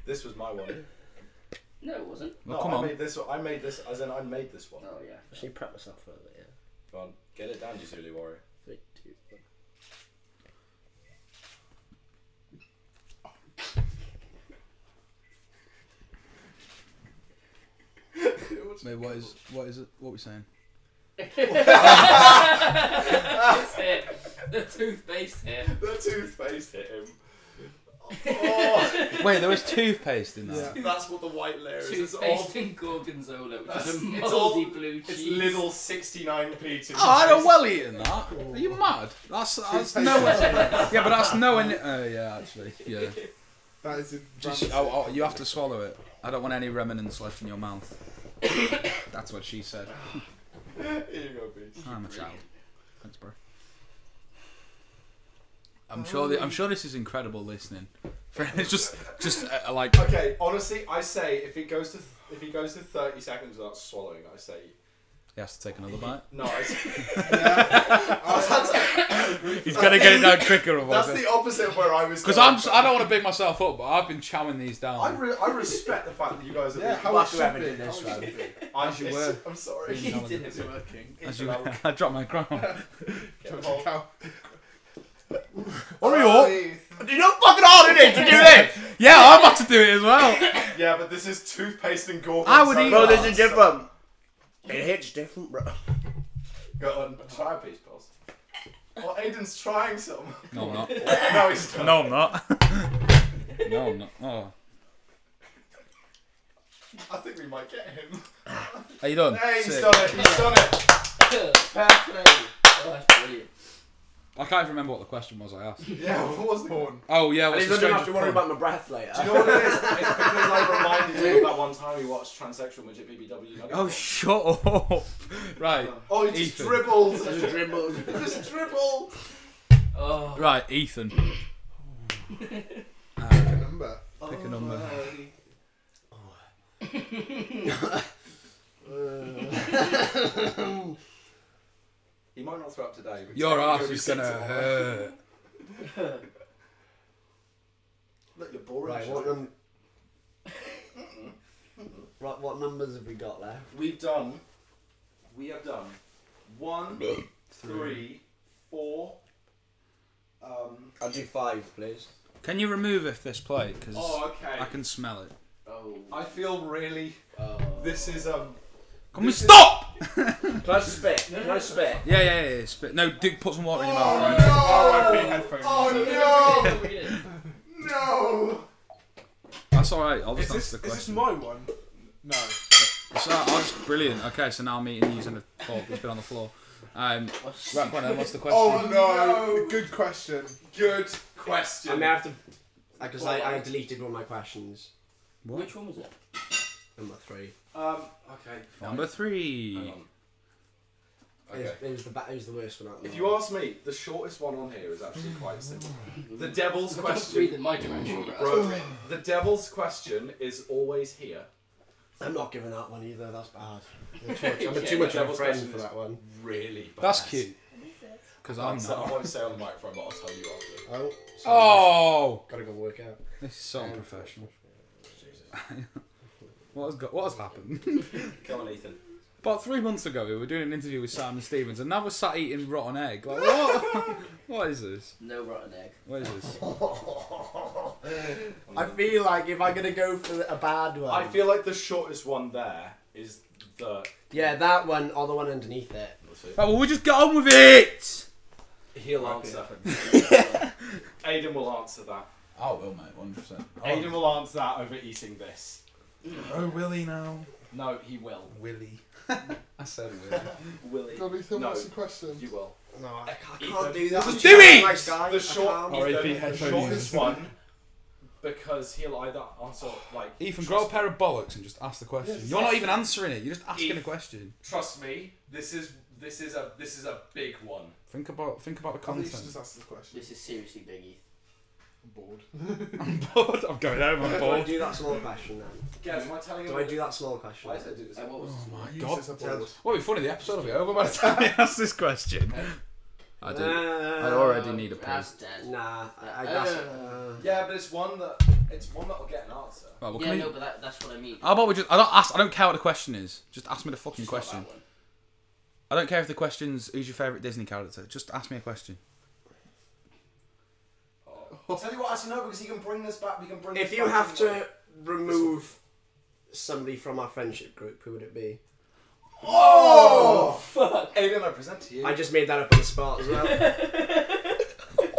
Speaker 5: This was my one.
Speaker 3: No, it wasn't.
Speaker 1: Well,
Speaker 5: no,
Speaker 1: come
Speaker 5: I
Speaker 1: on.
Speaker 5: made this. one- I made this. As in, I made this one.
Speaker 3: Oh, yeah.
Speaker 4: Actually, prep myself for it. Yeah.
Speaker 5: Come on, get it down, you Zulu warrior.
Speaker 4: Three, two, one.
Speaker 1: Wait, what is what is it? What are we saying?
Speaker 3: It's here. The toothpaste here.
Speaker 5: The toothpaste hit him. Oh,
Speaker 1: Wait, there was toothpaste in that.
Speaker 5: That's what the white layer is. It's all.
Speaker 3: Toothpaste and gorgonzola, which is a
Speaker 5: It's
Speaker 3: mouldy
Speaker 5: all-
Speaker 3: blue
Speaker 5: It's
Speaker 3: cheese.
Speaker 5: little 69p toothpaste.
Speaker 1: Oh, I don't well eaten that. Are you mad? That's that's nowhere. yeah, but that's nowhere. near- Oh yeah, actually, yeah.
Speaker 2: That is.
Speaker 1: Just, oh, oh, you have to swallow it. I don't want any remnants left in your mouth. That's what she said.
Speaker 5: Here you go, bitch.
Speaker 1: I'm a child. Thanks, bro. I'm sure. The, I'm sure this is incredible listening. For it's just, just uh, like
Speaker 5: Okay, honestly, I say if it goes to if he goes to 30 seconds without swallowing, I say
Speaker 1: he has to take another bite.
Speaker 5: no. I say,
Speaker 1: He's gotta get it down quicker,
Speaker 5: That's
Speaker 1: otherwise.
Speaker 5: the opposite of where I was.
Speaker 1: Because
Speaker 5: going.
Speaker 1: I'm. I don't want to big myself up, but I've been chowing these down.
Speaker 5: I, re- I respect the fact that you guys are.
Speaker 2: Yeah, how
Speaker 4: Fuck
Speaker 2: it should
Speaker 4: whoever
Speaker 2: be.
Speaker 4: did
Speaker 2: How it
Speaker 4: this,
Speaker 2: should
Speaker 4: man.
Speaker 2: be.
Speaker 5: I'm,
Speaker 1: you were.
Speaker 5: I'm sorry.
Speaker 1: He did
Speaker 2: It's working.
Speaker 1: As you, I dropped my crown.
Speaker 5: Get hold.
Speaker 1: Hurry up! You're not fucking hard in it to do this. Yeah, I'm about to do it as well.
Speaker 5: Yeah, but this is toothpaste and gorgon.
Speaker 1: I would eat-
Speaker 4: Bro, there's a different. It hits different, bro.
Speaker 5: Go on, try a piece, Pulse. Well, Aiden's trying some.
Speaker 1: No, I'm not.
Speaker 5: no, he's not.
Speaker 1: No, I'm not. no, I'm not. Oh,
Speaker 5: I think we might get him.
Speaker 1: are you done?
Speaker 5: Hey, he's
Speaker 1: Sick.
Speaker 5: done it. He's done it.
Speaker 3: oh,
Speaker 5: Fair play.
Speaker 3: that's brilliant.
Speaker 1: I can't even remember what the question was I asked.
Speaker 5: Yeah, what was the one?
Speaker 1: Oh yeah,
Speaker 4: And
Speaker 1: what's
Speaker 4: he's
Speaker 1: the strangest
Speaker 4: not gonna have to worry
Speaker 1: porn?
Speaker 4: about my breath later.
Speaker 5: Do you know what it is? It's because I reminded you of that one time we watched Transsexual Midget BBW.
Speaker 1: Oh shut up! right,
Speaker 5: oh, he just
Speaker 1: Ethan.
Speaker 5: dribbled.
Speaker 4: There's a dribble.
Speaker 5: just dribbled.
Speaker 3: Oh,
Speaker 1: right, Ethan.
Speaker 2: Pick a number.
Speaker 1: Pick a number.
Speaker 4: Oh.
Speaker 5: He might not throw up today. But
Speaker 1: Your
Speaker 5: he's
Speaker 1: ass
Speaker 5: gonna be
Speaker 1: is gonna
Speaker 5: sick tomorrow.
Speaker 1: hurt.
Speaker 5: Look, you're boring.
Speaker 4: Right, what num- Right, what numbers have we got left?
Speaker 5: We've done. We have done one, three, four. Um.
Speaker 4: I'll do five, please.
Speaker 1: Can you remove if this plate? Because
Speaker 5: Oh, okay.
Speaker 1: I can smell it.
Speaker 3: oh,
Speaker 5: I feel really.
Speaker 3: oh.
Speaker 5: This is um.
Speaker 1: Can we stop?
Speaker 4: Can I spit? Can I spit?
Speaker 1: Yeah, yeah, yeah. yeah, Spit. No, Dick, put some water in your
Speaker 5: Oh
Speaker 1: mouth.
Speaker 5: no!
Speaker 2: Oh, I put headphones.
Speaker 5: Oh
Speaker 3: Brilliant.
Speaker 5: no! No!
Speaker 1: That's all right. I'll
Speaker 2: Is
Speaker 1: just
Speaker 2: this,
Speaker 1: answer
Speaker 2: is
Speaker 1: the
Speaker 2: this
Speaker 1: question.
Speaker 2: my one? No.
Speaker 1: So, oh, that's brilliant. Okay, so now I'm eating using a fork that's been on the floor. Um,
Speaker 3: What's-
Speaker 1: right, go on then, what's the question?
Speaker 2: Oh no! Good question.
Speaker 5: Good question.
Speaker 4: I may have to. Because I, I deleted one of my questions.
Speaker 3: Which one was it?
Speaker 4: Number three.
Speaker 1: Oh.
Speaker 5: Um. Okay.
Speaker 1: Number
Speaker 5: Hang
Speaker 1: three.
Speaker 5: on.
Speaker 4: It,
Speaker 5: Okay.
Speaker 4: was, it was the ba- it was the worst one out. of
Speaker 5: If
Speaker 4: them
Speaker 5: you
Speaker 4: all.
Speaker 5: ask me, the shortest one on here is actually quite simple. The devil's
Speaker 3: Don't breathe
Speaker 5: question,
Speaker 3: in my direction, bro.
Speaker 5: bro. The devil's question is always here.
Speaker 4: I'm not giving that one either. That's bad. I'm too much, I'm
Speaker 5: Yeah,
Speaker 4: too much of a
Speaker 5: Devil's
Speaker 4: friend
Speaker 5: Question
Speaker 4: for
Speaker 5: is
Speaker 4: that one.
Speaker 5: Really bad.
Speaker 1: That's cute. Because I'm
Speaker 5: That's- I
Speaker 1: not.
Speaker 5: won't say on the microphone, but I'll tell you after.
Speaker 4: Oh,
Speaker 1: Oh,
Speaker 4: gotta go work out.
Speaker 1: this is so unprofessional. What has got? What has happened?
Speaker 5: Come on, Ethan.
Speaker 1: About three months ago, we were doing an interview with Simon Stevens, and now we're sat eating rotten egg. Like what? what is this?
Speaker 3: No rotten egg.
Speaker 1: What is this?
Speaker 4: I feel like if I'm gonna go for a bad one,
Speaker 5: I feel like the shortest one there is the.
Speaker 4: yeah, that one or the one underneath it.
Speaker 1: Right, well, we just get on with it.
Speaker 5: He'll answer. Aiden will answer that.
Speaker 1: I will, mate. One hundred percent.
Speaker 5: Aiden will answer that over eating this.
Speaker 2: Oh, Willie now.
Speaker 5: No, he will.
Speaker 2: Willie.
Speaker 1: I said will.
Speaker 5: Will he?
Speaker 2: Got me so
Speaker 5: No.
Speaker 2: much questions.
Speaker 5: You will.
Speaker 4: No, I can't,
Speaker 5: Ethan.
Speaker 4: do that.
Speaker 1: Just
Speaker 4: I'm
Speaker 1: do
Speaker 4: trying
Speaker 1: it!
Speaker 4: to, like, die.
Speaker 5: The
Speaker 4: I
Speaker 5: short,
Speaker 4: can't.
Speaker 2: R.I.P.
Speaker 5: Ethan, the
Speaker 2: headphone
Speaker 5: shortest
Speaker 2: users.
Speaker 5: one, because he'll either answer like.
Speaker 1: Ethan,
Speaker 5: trust
Speaker 1: grow a pair of bollocks and just ask the question.
Speaker 2: Yes.
Speaker 1: You're not even answering it. You're just asking a
Speaker 5: Ethan.
Speaker 1: question.
Speaker 5: Trust me, this is this is a this is a big one.
Speaker 1: Think about think about the
Speaker 2: I think you should
Speaker 1: content.
Speaker 2: just ask the question.
Speaker 3: This is seriously big, Heath.
Speaker 2: I'm bored.
Speaker 1: I'm bored. I'm going home. I'm
Speaker 4: Do I
Speaker 1: bored.
Speaker 4: do that small question then?
Speaker 5: Guys, am I telling you?
Speaker 4: Do I do that small question?
Speaker 5: Why did I do this?
Speaker 3: Uh, what was
Speaker 1: Oh my
Speaker 2: You
Speaker 1: god.
Speaker 2: said I'm bored.
Speaker 1: What would be funny? The episode will be over by the time I ask this question. I do. I already need a pen.
Speaker 3: That's dead.
Speaker 4: Uh, Nah, I, I
Speaker 3: Uh,
Speaker 4: guess. Uh,
Speaker 5: Yeah, but it's one that it's one that'll get an answer.
Speaker 1: Right, well,
Speaker 3: Yeah,
Speaker 1: can we-
Speaker 3: no, but that, that's what I mean.
Speaker 1: How about we just? I don't ask. I don't care what the question is. Just ask me the fucking
Speaker 3: Just not
Speaker 1: question.
Speaker 3: that one.
Speaker 1: I don't care if the question's who's your favourite Disney character. Just ask me a question.
Speaker 5: I'll tell you what, actually no, because he can bring this back. We can bring.
Speaker 4: if
Speaker 5: this
Speaker 4: you
Speaker 5: back
Speaker 4: have
Speaker 5: anyway.
Speaker 4: to remove somebody from our friendship group, who would it be?
Speaker 5: Oh fuck! Aiden, I present to you.
Speaker 4: I just made that up on the spot as well.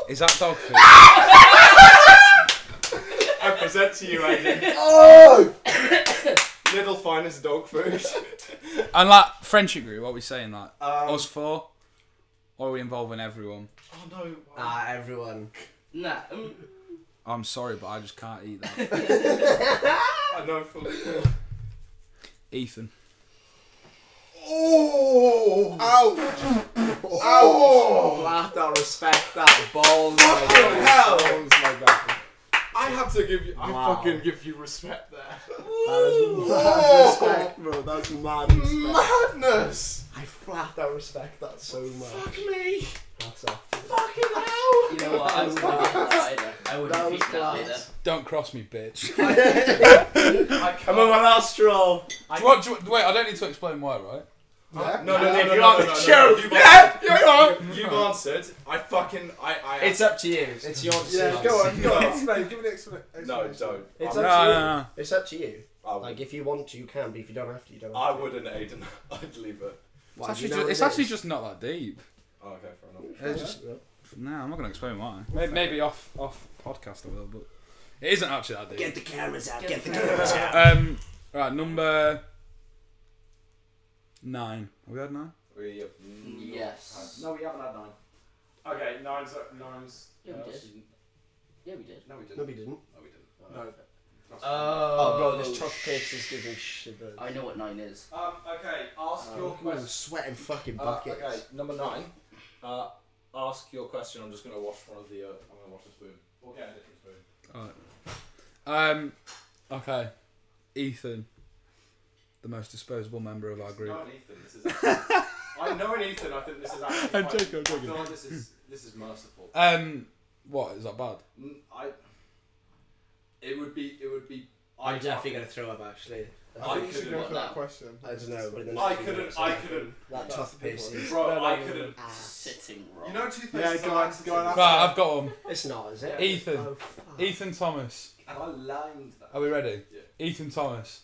Speaker 1: Is that dog food?
Speaker 5: I present to you, Aiden.
Speaker 4: oh!
Speaker 5: Little finest dog food.
Speaker 1: and like friendship group, what are we saying? Like
Speaker 5: Um,
Speaker 1: us four, or are we involving everyone?
Speaker 5: Oh no.
Speaker 4: Ah, everyone.
Speaker 3: Nah, um,
Speaker 1: I'm sorry, but I just can't eat that.
Speaker 5: I know fully.
Speaker 1: Ethan.
Speaker 2: Oh! Ouch! Ouch!
Speaker 4: Flat out respect that balls. my
Speaker 5: Fucking
Speaker 4: guy.
Speaker 5: hell.
Speaker 4: Balls, my guy.
Speaker 2: I have to give you. I
Speaker 4: Wow.
Speaker 2: fucking give you respect there.
Speaker 4: That is mad
Speaker 2: Whoa.
Speaker 4: respect, bro. That's mad respect.
Speaker 2: Madness!
Speaker 4: I flat out respect that so much.
Speaker 2: Fuck me!
Speaker 4: That's off.
Speaker 2: Fucking hell!
Speaker 3: you know what? I wouldn't have beaten that either. I wouldn't
Speaker 4: That
Speaker 3: have
Speaker 4: was
Speaker 3: beaten that either.
Speaker 4: class.
Speaker 1: Don't cross me, bitch.
Speaker 5: I
Speaker 4: I'm on my last troll.
Speaker 1: Do you want- do you want- wait, I don't need to explain why, right?
Speaker 2: Yeah.
Speaker 5: No, no, no,
Speaker 4: If
Speaker 5: no,
Speaker 4: you're
Speaker 5: no,
Speaker 4: on
Speaker 5: no,
Speaker 4: the
Speaker 5: no,
Speaker 4: show,
Speaker 5: no,
Speaker 4: you-
Speaker 5: You've, answered, you've answered. I fucking. I. I
Speaker 4: It's up to you. It's your decision.
Speaker 2: Yeah, go on, go on. Explain. Give an expla- explanation.
Speaker 5: No, don't.
Speaker 4: It's
Speaker 5: I,
Speaker 1: No,
Speaker 4: up to you.
Speaker 1: no, no.
Speaker 4: It's up to you.
Speaker 5: I, would,
Speaker 4: Like if you want to, you can. But if you don't have to, you don't.
Speaker 5: I
Speaker 4: Have to.
Speaker 5: wouldn't, Aiden. I'd leave it.
Speaker 1: It's
Speaker 4: Why, do
Speaker 1: actually,
Speaker 4: you know
Speaker 1: just,
Speaker 4: what
Speaker 1: it's
Speaker 4: it
Speaker 1: actually
Speaker 4: is?
Speaker 1: just not that deep.
Speaker 5: Oh, okay, fair enough.
Speaker 1: It's just no. I'm not gonna explain why. Maybe, maybe off off podcast I will, but it isn't actually that deep.
Speaker 4: Get the cameras out.
Speaker 3: Get
Speaker 4: Get,
Speaker 3: the
Speaker 4: the cameras out.
Speaker 1: Um, right, number nine. Have we had nine?
Speaker 5: We have
Speaker 3: Yes.
Speaker 5: No, we haven't had nine. Okay, nine's uh, nine's.
Speaker 3: Yeah, we did. Yeah, we did.
Speaker 5: No, we didn't.
Speaker 4: No, we didn't.
Speaker 5: No, we didn't.
Speaker 2: No.
Speaker 1: Uh,
Speaker 3: Oh,
Speaker 4: Oh, bro, this truck case is giving shivers.
Speaker 3: I know what nine is.
Speaker 5: Um. Okay.
Speaker 1: uh,
Speaker 5: Ask your
Speaker 4: I'm
Speaker 5: question.
Speaker 4: sweating fucking
Speaker 5: Uh,
Speaker 4: buckets.
Speaker 5: okay. Number nine. Uh, ask your question. I'm just gonna wash one of the. Uh, I'm gonna wash a spoon. We'll get a different spoon.
Speaker 1: Um, okay. Ethan, the most disposable member of our group.
Speaker 5: Not an Ethan. This is. actually- I know an Ethan. I think this is. Actually
Speaker 1: I'm
Speaker 5: quite-
Speaker 1: joking, I'm joking.
Speaker 5: I feel like this is this is merciful.
Speaker 1: Um, what is that bad?
Speaker 5: N- I. It would be. It would be.
Speaker 4: I'm
Speaker 5: I
Speaker 4: definitely gonna throw up actually.
Speaker 2: I think
Speaker 5: I
Speaker 2: you should
Speaker 5: couldn't
Speaker 2: go
Speaker 5: want
Speaker 2: for that
Speaker 3: that.
Speaker 2: question.
Speaker 4: I don't know, but in the next
Speaker 5: I
Speaker 4: few
Speaker 5: couldn't.
Speaker 4: minutes,
Speaker 5: I
Speaker 4: think
Speaker 5: couldn't.
Speaker 4: That toothpaste is. Ah.
Speaker 5: Bro,
Speaker 2: No,
Speaker 5: I
Speaker 2: no, no,
Speaker 5: couldn't.
Speaker 3: Sitting wrong.
Speaker 5: You know, toothpaste.
Speaker 2: Yeah,
Speaker 5: is
Speaker 2: go
Speaker 5: an
Speaker 2: on,
Speaker 5: accident.
Speaker 2: go on, ask-
Speaker 1: Right, I've got one.
Speaker 4: It's not, is it?
Speaker 1: Ethan.
Speaker 4: Oh, fuck.
Speaker 1: Ethan Thomas.
Speaker 5: Have I lined that?
Speaker 1: Are we ready?
Speaker 5: Yeah.
Speaker 1: Ethan Thomas.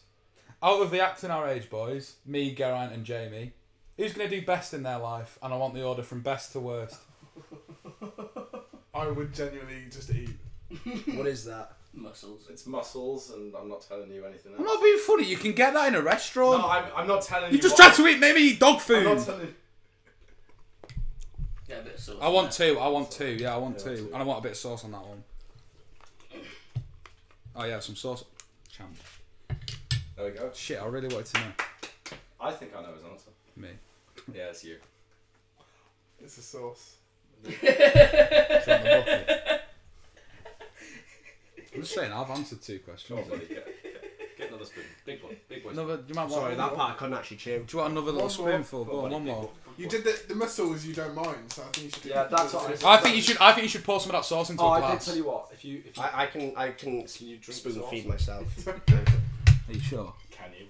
Speaker 1: Out of the acting our age boys, me, Geraint, and Jamie, who's gonna do best in their life? And I want the order from best to worst.
Speaker 2: I would genuinely just eat.
Speaker 4: What is that?
Speaker 3: Muscles.
Speaker 5: It's muscles, and I'm not telling you anything. Else.
Speaker 1: I'm not being funny. You can get that in a restaurant.
Speaker 5: No, I'm, I'm not telling you.
Speaker 1: you just
Speaker 5: what-
Speaker 1: tried to eat maybe dog
Speaker 5: I'm
Speaker 1: food.
Speaker 5: not telling.
Speaker 3: Get a bit of sauce.
Speaker 1: I want
Speaker 3: in
Speaker 1: two. I want two. Yeah, I want
Speaker 5: Yeah,
Speaker 1: two,
Speaker 5: two.
Speaker 1: and I want a bit of sauce on that one. Oh yeah, some sauce. Champ.
Speaker 5: There we go.
Speaker 1: Shit, I really wanted to know.
Speaker 5: I think I know his answer.
Speaker 1: Me.
Speaker 5: Yeah, it's you.
Speaker 2: It's a sauce.
Speaker 1: It's on the bucket. I'm just saying, I've answered two
Speaker 5: Go on,
Speaker 1: questions.
Speaker 5: buddy, get, get, get another spoon. Big one. Big boy.
Speaker 1: Another, you might
Speaker 4: Sorry,
Speaker 1: want
Speaker 4: that part I couldn't actually chew.
Speaker 1: Do you want another little
Speaker 2: One more.
Speaker 1: spoonful? Go on,
Speaker 5: buddy,
Speaker 1: one
Speaker 5: big
Speaker 1: more.
Speaker 5: one, big
Speaker 2: You
Speaker 5: one.
Speaker 2: did the, the muscles you don't mind, so I think you should do
Speaker 5: Yeah, that's what I
Speaker 2: do-
Speaker 5: said.
Speaker 1: I think you should. I think you should pour some of that sauce into
Speaker 5: Oh,
Speaker 1: a
Speaker 5: I did
Speaker 1: glass.
Speaker 5: tell you what. If you, if you
Speaker 4: I, I can I can
Speaker 5: drink
Speaker 4: spoon
Speaker 5: sauce?
Speaker 4: feed myself.
Speaker 1: Are you sure?
Speaker 5: can you.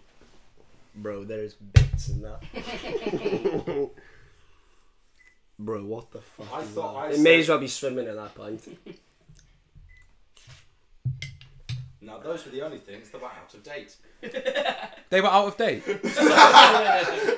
Speaker 4: Bro, there's bits in that. Bro, what the fuck?
Speaker 5: I
Speaker 4: is
Speaker 5: thought
Speaker 4: that?
Speaker 5: I
Speaker 4: it
Speaker 5: said-
Speaker 4: may as well be swimming at that point.
Speaker 5: Now those were the only things that were out of date.
Speaker 1: They were out of date.
Speaker 5: uh,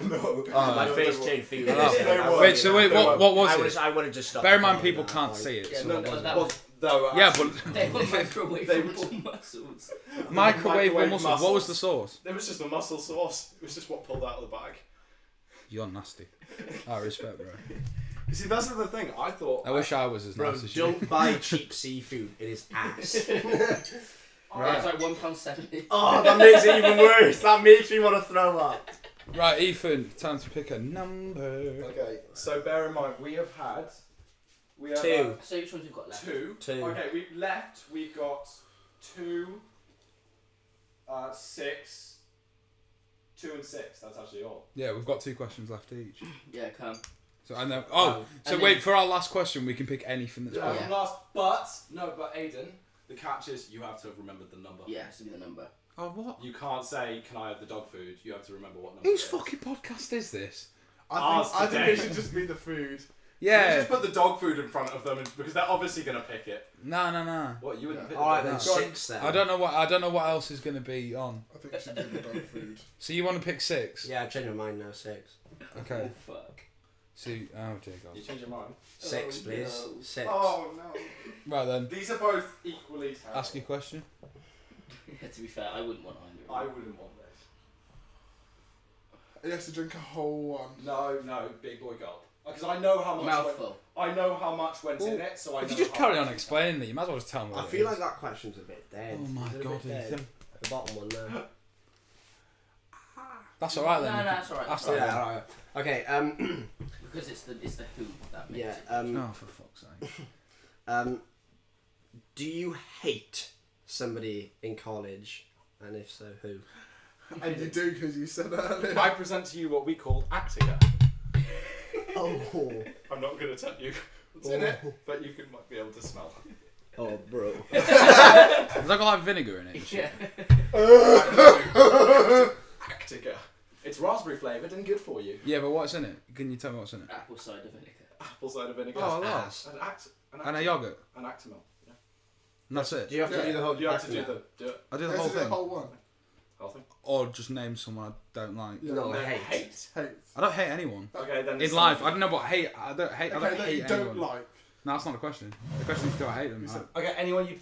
Speaker 4: my face changed for you.
Speaker 1: Oh.
Speaker 2: They were.
Speaker 1: Wait, so wait, what, what was
Speaker 4: I was
Speaker 1: it?
Speaker 4: I would have just stopped.
Speaker 1: Bear in
Speaker 4: the
Speaker 1: mind,
Speaker 4: recording
Speaker 1: people
Speaker 4: at that
Speaker 1: can't
Speaker 4: point.
Speaker 1: see it.
Speaker 3: Yeah,
Speaker 1: so
Speaker 3: no,
Speaker 1: what
Speaker 3: no,
Speaker 1: was
Speaker 3: that
Speaker 1: it?
Speaker 3: was-
Speaker 5: though,
Speaker 1: Yeah,
Speaker 5: actually,
Speaker 1: but
Speaker 3: They were microwavable muscles.
Speaker 1: microwave
Speaker 5: microwave
Speaker 1: muscles. What was the sauce?
Speaker 5: there was just the muscle sauce. It was just what pulled out of the bag.
Speaker 1: You're nasty. I respect, bro.
Speaker 5: You see, that's the thing. I thought.
Speaker 1: I wish I was as
Speaker 4: Bro,
Speaker 1: nice as you.
Speaker 4: don't buy cheap seafood. It is ass.
Speaker 3: Right. It's like one pound seventy.
Speaker 4: oh, that makes it even worse. That makes me want to throw up.
Speaker 1: Right, Ethan, time to pick a number.
Speaker 5: Okay, so bear in mind we have had we have
Speaker 4: Two.
Speaker 3: So which ones we've got
Speaker 5: had
Speaker 3: left?
Speaker 5: two.
Speaker 4: Two.
Speaker 5: Okay, we've left. We've got two, uh, six, two and six. That's actually all.
Speaker 1: Yeah, we've got two questions left each.
Speaker 3: Yeah, come.
Speaker 1: So and then oh,
Speaker 3: Um,
Speaker 1: so
Speaker 3: and
Speaker 1: wait
Speaker 3: then-
Speaker 1: for our last question. We can pick anything that's.
Speaker 5: Yeah.
Speaker 1: Yeah.
Speaker 3: Yeah.
Speaker 5: Uh, Last, but no, but Aiden, the catch is you have to have remembered the number.
Speaker 3: Yeah, it has to be the number.
Speaker 1: Oh what?
Speaker 5: You can't say, "Can I have the dog food?" You have to remember what number.
Speaker 1: Whose
Speaker 5: it is.
Speaker 1: fucking podcast is this?
Speaker 2: I
Speaker 5: Ours
Speaker 2: think, I think it
Speaker 5: today.
Speaker 2: should just be the food.
Speaker 5: You
Speaker 1: Yeah.
Speaker 5: just put the dog food in front of them and, because they're obviously gonna pick it.
Speaker 1: No, no, no.
Speaker 5: What you wouldn't pick?
Speaker 4: All right
Speaker 5: the
Speaker 4: then,
Speaker 5: dog food?
Speaker 4: six then.
Speaker 1: I don't know what I don't know what else is going to be on.
Speaker 2: I think it should be the dog food.
Speaker 1: So you want to pick six?
Speaker 4: Yeah, I changed my mind now. Six.
Speaker 1: Okay.
Speaker 3: Oh fuck.
Speaker 1: So oh dear God.
Speaker 5: You change your mind.
Speaker 4: Six,
Speaker 3: Oh,
Speaker 4: please.
Speaker 3: no.
Speaker 4: Six.
Speaker 2: Oh no.
Speaker 1: Right then,
Speaker 5: These are both equally terrible.
Speaker 1: ask your question.
Speaker 3: to be fair, I wouldn't want either.
Speaker 5: I
Speaker 3: of them.
Speaker 5: wouldn't want this.
Speaker 2: He has to drink a whole one.
Speaker 5: No, no, big boy gulp. Because I know how much.
Speaker 3: Mouthful.
Speaker 5: Went, I know how much went
Speaker 1: Well,
Speaker 5: in it, so I.
Speaker 1: If you
Speaker 5: know
Speaker 1: just
Speaker 5: how
Speaker 1: carry
Speaker 5: much-
Speaker 1: on explaining it, you might as well just tell me.
Speaker 4: I
Speaker 1: what it
Speaker 4: feel
Speaker 1: is.
Speaker 4: like that question's a bit dead.
Speaker 1: Oh my
Speaker 4: Is it a
Speaker 1: God,
Speaker 4: bit dead?
Speaker 1: Ethan.
Speaker 4: The bottom one there.
Speaker 1: that's all right then.
Speaker 3: No,
Speaker 1: you
Speaker 3: no,
Speaker 1: can
Speaker 3: that's alright.
Speaker 1: Ask
Speaker 3: that's
Speaker 1: that.
Speaker 4: yeah, alright. Okay, um,
Speaker 3: Because it's the it's the who that makes
Speaker 4: yeah,
Speaker 3: it.
Speaker 1: then.
Speaker 4: um,
Speaker 1: Oh, for fuck's sake.
Speaker 4: um, do you hate somebody in college? And if so, who?
Speaker 2: And you do because you said uh, earlier.
Speaker 5: I present to you what we call Actia.
Speaker 4: Oh,
Speaker 5: I'm not going to tell you what's in
Speaker 1: Oh.
Speaker 5: it, but you can might be able to smell.
Speaker 4: oh, bro.
Speaker 1: Has that got like vinegar in it?
Speaker 3: Yeah.
Speaker 5: Actica. It's raspberry flavoured and good for you.
Speaker 1: Yeah, but what's in it? Can you tell me what's in it?
Speaker 3: Apple cider vinegar.
Speaker 5: Apple cider vinegar.
Speaker 1: Oh,
Speaker 5: an
Speaker 1: no.
Speaker 4: Ass.
Speaker 5: act. An,
Speaker 1: And a
Speaker 5: Acti-
Speaker 1: yogurt.
Speaker 5: An Actimel. Yeah.
Speaker 1: And that's it.
Speaker 4: Do you have to do the whole?
Speaker 5: Oh, You have to do
Speaker 4: document?
Speaker 5: the do it.
Speaker 1: I do
Speaker 2: He
Speaker 1: the
Speaker 2: has
Speaker 1: whole
Speaker 2: to do
Speaker 1: thing,
Speaker 2: a whole one.
Speaker 5: Whole thing.
Speaker 1: or just name someone I don't like.
Speaker 2: Yeah.
Speaker 4: No,
Speaker 5: No,
Speaker 4: I hate.
Speaker 5: hate.
Speaker 2: Hate.
Speaker 1: I don't hate anyone
Speaker 5: Okay, then.
Speaker 1: in
Speaker 5: it's-
Speaker 1: life. I don't know what hate. I don't hate. I
Speaker 2: Okay,
Speaker 1: don't
Speaker 2: that
Speaker 1: hate
Speaker 2: you don't
Speaker 1: anyone.
Speaker 2: like.
Speaker 1: No, that's not the question. The question is, do I hate them?
Speaker 2: said-
Speaker 5: Okay, anyone you.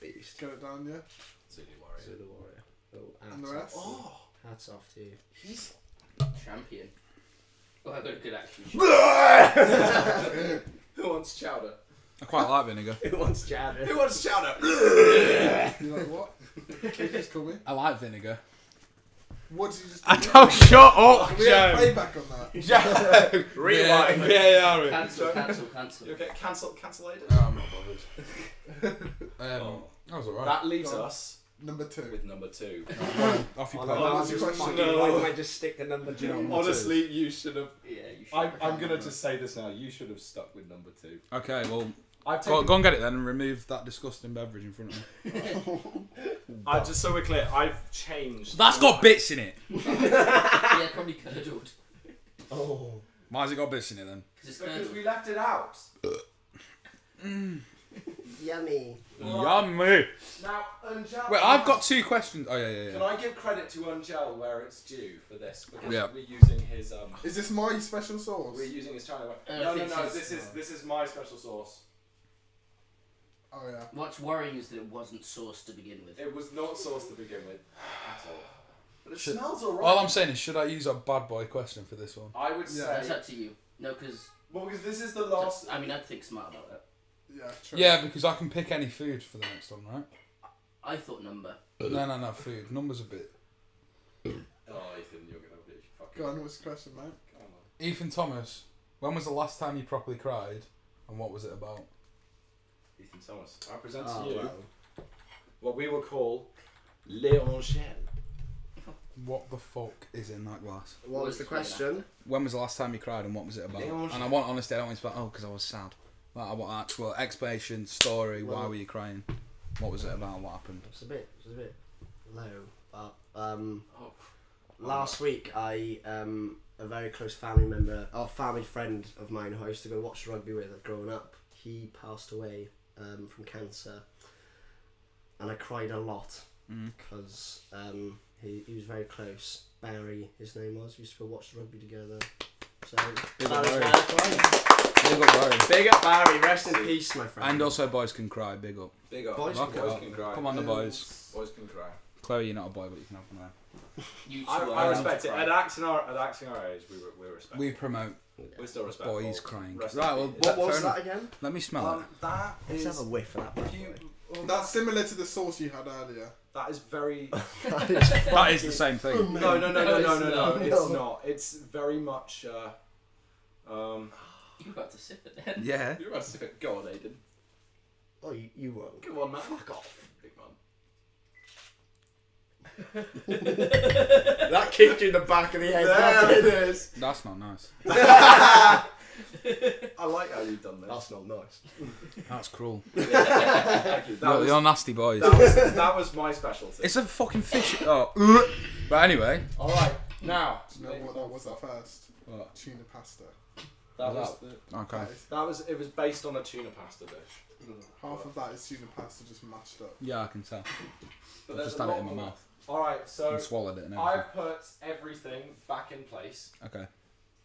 Speaker 4: Beast.
Speaker 2: Get it down, yeah.
Speaker 5: Absolutely
Speaker 4: So
Speaker 5: worried.
Speaker 4: the warrior. Oh,
Speaker 2: And the
Speaker 4: hats
Speaker 2: rest.
Speaker 4: off. Hats off to you.
Speaker 5: Oh, He's.
Speaker 3: Champion. Oh, I got a good action.
Speaker 5: Who wants chowder?
Speaker 1: I quite like vinegar.
Speaker 4: Who wants chatter?
Speaker 5: Who wants chowder?
Speaker 2: You're like, what? Can you just call me?
Speaker 1: I like vinegar.
Speaker 2: What did you just
Speaker 1: I don't shut up,
Speaker 2: We have
Speaker 1: Joe.
Speaker 2: playback on that.
Speaker 1: Joe.
Speaker 5: Rewind.
Speaker 1: Yeah, yeah,
Speaker 3: Cancel, cancel, cancel.
Speaker 5: You okay? Cancel, cancel Aiden.
Speaker 1: I'm not bothered. Um,
Speaker 5: Oh.
Speaker 1: That was alright.
Speaker 5: That leaves
Speaker 2: Go on.
Speaker 5: us
Speaker 2: Number two.
Speaker 5: with number two.
Speaker 1: Off you
Speaker 4: Oh,
Speaker 1: play.
Speaker 4: no,
Speaker 2: Oh,
Speaker 4: I'm
Speaker 2: that's your
Speaker 4: just
Speaker 2: question.
Speaker 4: fucking-
Speaker 5: No.
Speaker 4: Why did I just stick the number two? on my toes?
Speaker 5: Honestly, you should have.
Speaker 3: Yeah, you should.
Speaker 5: I'm, I'm gonna just say this now. You should have stuck with number two.
Speaker 1: Okay, well,
Speaker 5: I've
Speaker 1: go,
Speaker 5: taken.
Speaker 1: go and get it then and remove that disgusting beverage in front of me.
Speaker 5: I just so we're clear. I've changed.
Speaker 1: That's got bits in it.
Speaker 3: yeah, probably curdled.
Speaker 4: Oh.
Speaker 1: Why's it got bits in it then?
Speaker 3: Because it's
Speaker 5: because
Speaker 3: curdled.
Speaker 5: we left it out.
Speaker 4: Yummy.
Speaker 1: Yummy.
Speaker 5: Now, Unjel.
Speaker 1: Wait, I've got two questions. Oh yeah, yeah,
Speaker 5: Can
Speaker 1: yeah.
Speaker 5: I give credit to Unjel where it's due for this? Because
Speaker 1: Yeah.
Speaker 5: we're using his um.
Speaker 2: Is this my special sauce?
Speaker 5: We're using his China.
Speaker 3: I
Speaker 5: way. No, no,
Speaker 3: think
Speaker 5: no.
Speaker 3: it's-
Speaker 5: This is this is my special sauce.
Speaker 2: Oh yeah.
Speaker 3: What's worrying is that it wasn't sourced to begin with.
Speaker 5: It was not sauce to begin with at all. But it
Speaker 1: Should-
Speaker 5: smells alright.
Speaker 1: All I'm saying is, should I use a bad boy question for this one?
Speaker 5: I would
Speaker 2: Yeah.
Speaker 3: That's
Speaker 5: say.
Speaker 3: up to you. No, because
Speaker 5: Well, because this is the last.
Speaker 3: I mean, I'd think smart about it.
Speaker 2: Yeah. True.
Speaker 1: Yeah, because I can pick any food for the next one, right?
Speaker 3: I thought number.
Speaker 1: No, no, no, food. Numbers a bit.
Speaker 5: Oh, Ethan, you're gonna be fucking.
Speaker 2: Go on. What's the question, mate?
Speaker 5: Come on.
Speaker 7: Ethan Thomas, when was the last time you properly cried, and what was it about?
Speaker 5: Ethan Thomas. I present
Speaker 4: Ah. Oh.
Speaker 5: to you what we will call Leon Shell.
Speaker 7: What the fuck is in that glass?
Speaker 4: What was the question?
Speaker 1: When was the last time you cried and what was it about?
Speaker 5: Leon-
Speaker 1: And I want honesty. I don't want to be like, oh, because I was sad. Like, I want actual explanation, story. why
Speaker 4: Well-
Speaker 1: were you crying? What was it about? What happened?
Speaker 4: It's a bit, it's a bit low, but um,
Speaker 5: Oh.
Speaker 4: last week I um, a very close family member, or family friend of mine who I used to go watch rugby with growing up, he passed away um, from cancer, and I cried a lot
Speaker 1: Mm.
Speaker 4: because um, he, he was very close. Barry, his name was. We used to go watch the rugby together. So
Speaker 1: Big
Speaker 4: that
Speaker 1: up
Speaker 4: is
Speaker 1: Barry.
Speaker 4: why I cried.
Speaker 1: Big up, Barry.
Speaker 4: Big up Barry. Rest in peace, my friend.
Speaker 1: And uh, also, boys can cry. Big up.
Speaker 5: Big up.
Speaker 4: Boys can
Speaker 1: Lock it up.
Speaker 5: can cry.
Speaker 1: Come on, the boys.
Speaker 5: Boys can cry.
Speaker 1: Chloe, you're not a boy, but you can have one there.
Speaker 3: You two
Speaker 5: I,
Speaker 3: are
Speaker 5: I
Speaker 3: allowed
Speaker 5: respect
Speaker 3: to
Speaker 5: it.
Speaker 3: cry.
Speaker 5: At acting our at acting our age, we were we respect.
Speaker 1: We promote
Speaker 5: we're still respectful.
Speaker 1: boys crying.
Speaker 5: Rest in
Speaker 1: Right, well,
Speaker 5: peace.
Speaker 1: what
Speaker 4: what
Speaker 1: was
Speaker 4: was that again?
Speaker 1: Let me smell
Speaker 2: Um, that
Speaker 4: Let's
Speaker 2: is.
Speaker 4: have a whiff of that. bad
Speaker 2: if you,
Speaker 4: boy.
Speaker 2: that's similar to the sauce you had earlier.
Speaker 5: That is very.
Speaker 4: That is
Speaker 1: it. That is the same thing.
Speaker 5: No, no, no, no, no, no, no.
Speaker 3: No,
Speaker 4: it's
Speaker 5: It's
Speaker 4: not.
Speaker 5: not. It's very much. Uh, um,
Speaker 3: You about to sip it then?
Speaker 1: Yeah.
Speaker 5: you're about to say, go on, Aiden.
Speaker 4: Oh, you, you won't.
Speaker 5: Come on, man. Fuck off, big man.
Speaker 4: That kicked you in the back of the head.
Speaker 5: There it is.
Speaker 1: That's not nice.
Speaker 5: I like how you've done this.
Speaker 4: That's not nice.
Speaker 1: That's cruel.
Speaker 5: Thank you. That,
Speaker 1: You're,
Speaker 5: was,
Speaker 1: you're nasty boys.
Speaker 5: that was that was my specialty.
Speaker 1: It's a fucking fish. Oh. but anyway.
Speaker 5: All right, now.
Speaker 2: No, what that was at first?
Speaker 1: What?
Speaker 2: Tuna pasta.
Speaker 5: That was
Speaker 1: That-
Speaker 5: the,
Speaker 1: Okay.
Speaker 2: That is,
Speaker 5: that was it was based on a tuna pasta dish.
Speaker 2: half of that is tuna pasta just mashed up.
Speaker 1: Yeah, I can tell.
Speaker 5: But
Speaker 1: I've
Speaker 5: there's
Speaker 1: just
Speaker 5: a
Speaker 1: had it
Speaker 5: lot
Speaker 1: in my
Speaker 5: more.
Speaker 1: mouth
Speaker 5: All right, so
Speaker 1: and swallowed it and everything.
Speaker 5: I've put everything back in place.
Speaker 1: Okay.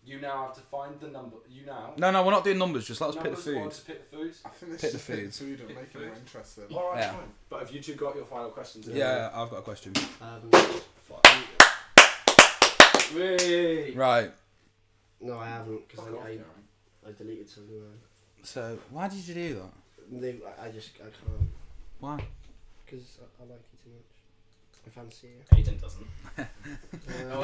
Speaker 5: You now have to find the number. You now.
Speaker 1: No, no, we're not doing numbers. Just let us pick the
Speaker 5: Numbers
Speaker 1: food.
Speaker 5: one to pick the food.
Speaker 2: I think
Speaker 1: Pick
Speaker 2: they
Speaker 1: the
Speaker 2: should pick
Speaker 1: foods.
Speaker 2: food and
Speaker 5: Pick
Speaker 2: make it
Speaker 5: food.
Speaker 2: more interesting.
Speaker 5: All right,
Speaker 1: Yeah.
Speaker 5: fine. But have you two got your final questions? in?
Speaker 1: Yeah, I've got a question.
Speaker 4: Um,
Speaker 5: Whee!
Speaker 1: Right.
Speaker 4: no, I haven't because
Speaker 5: Fuck off,
Speaker 4: I, I,
Speaker 5: Garen.
Speaker 4: I deleted something. uh,
Speaker 1: So, why did you do that?
Speaker 4: They, I, I just I can't
Speaker 1: Why?
Speaker 4: because I, I like you too much. I fancy you.
Speaker 5: Aiden doesn't.
Speaker 3: Oh,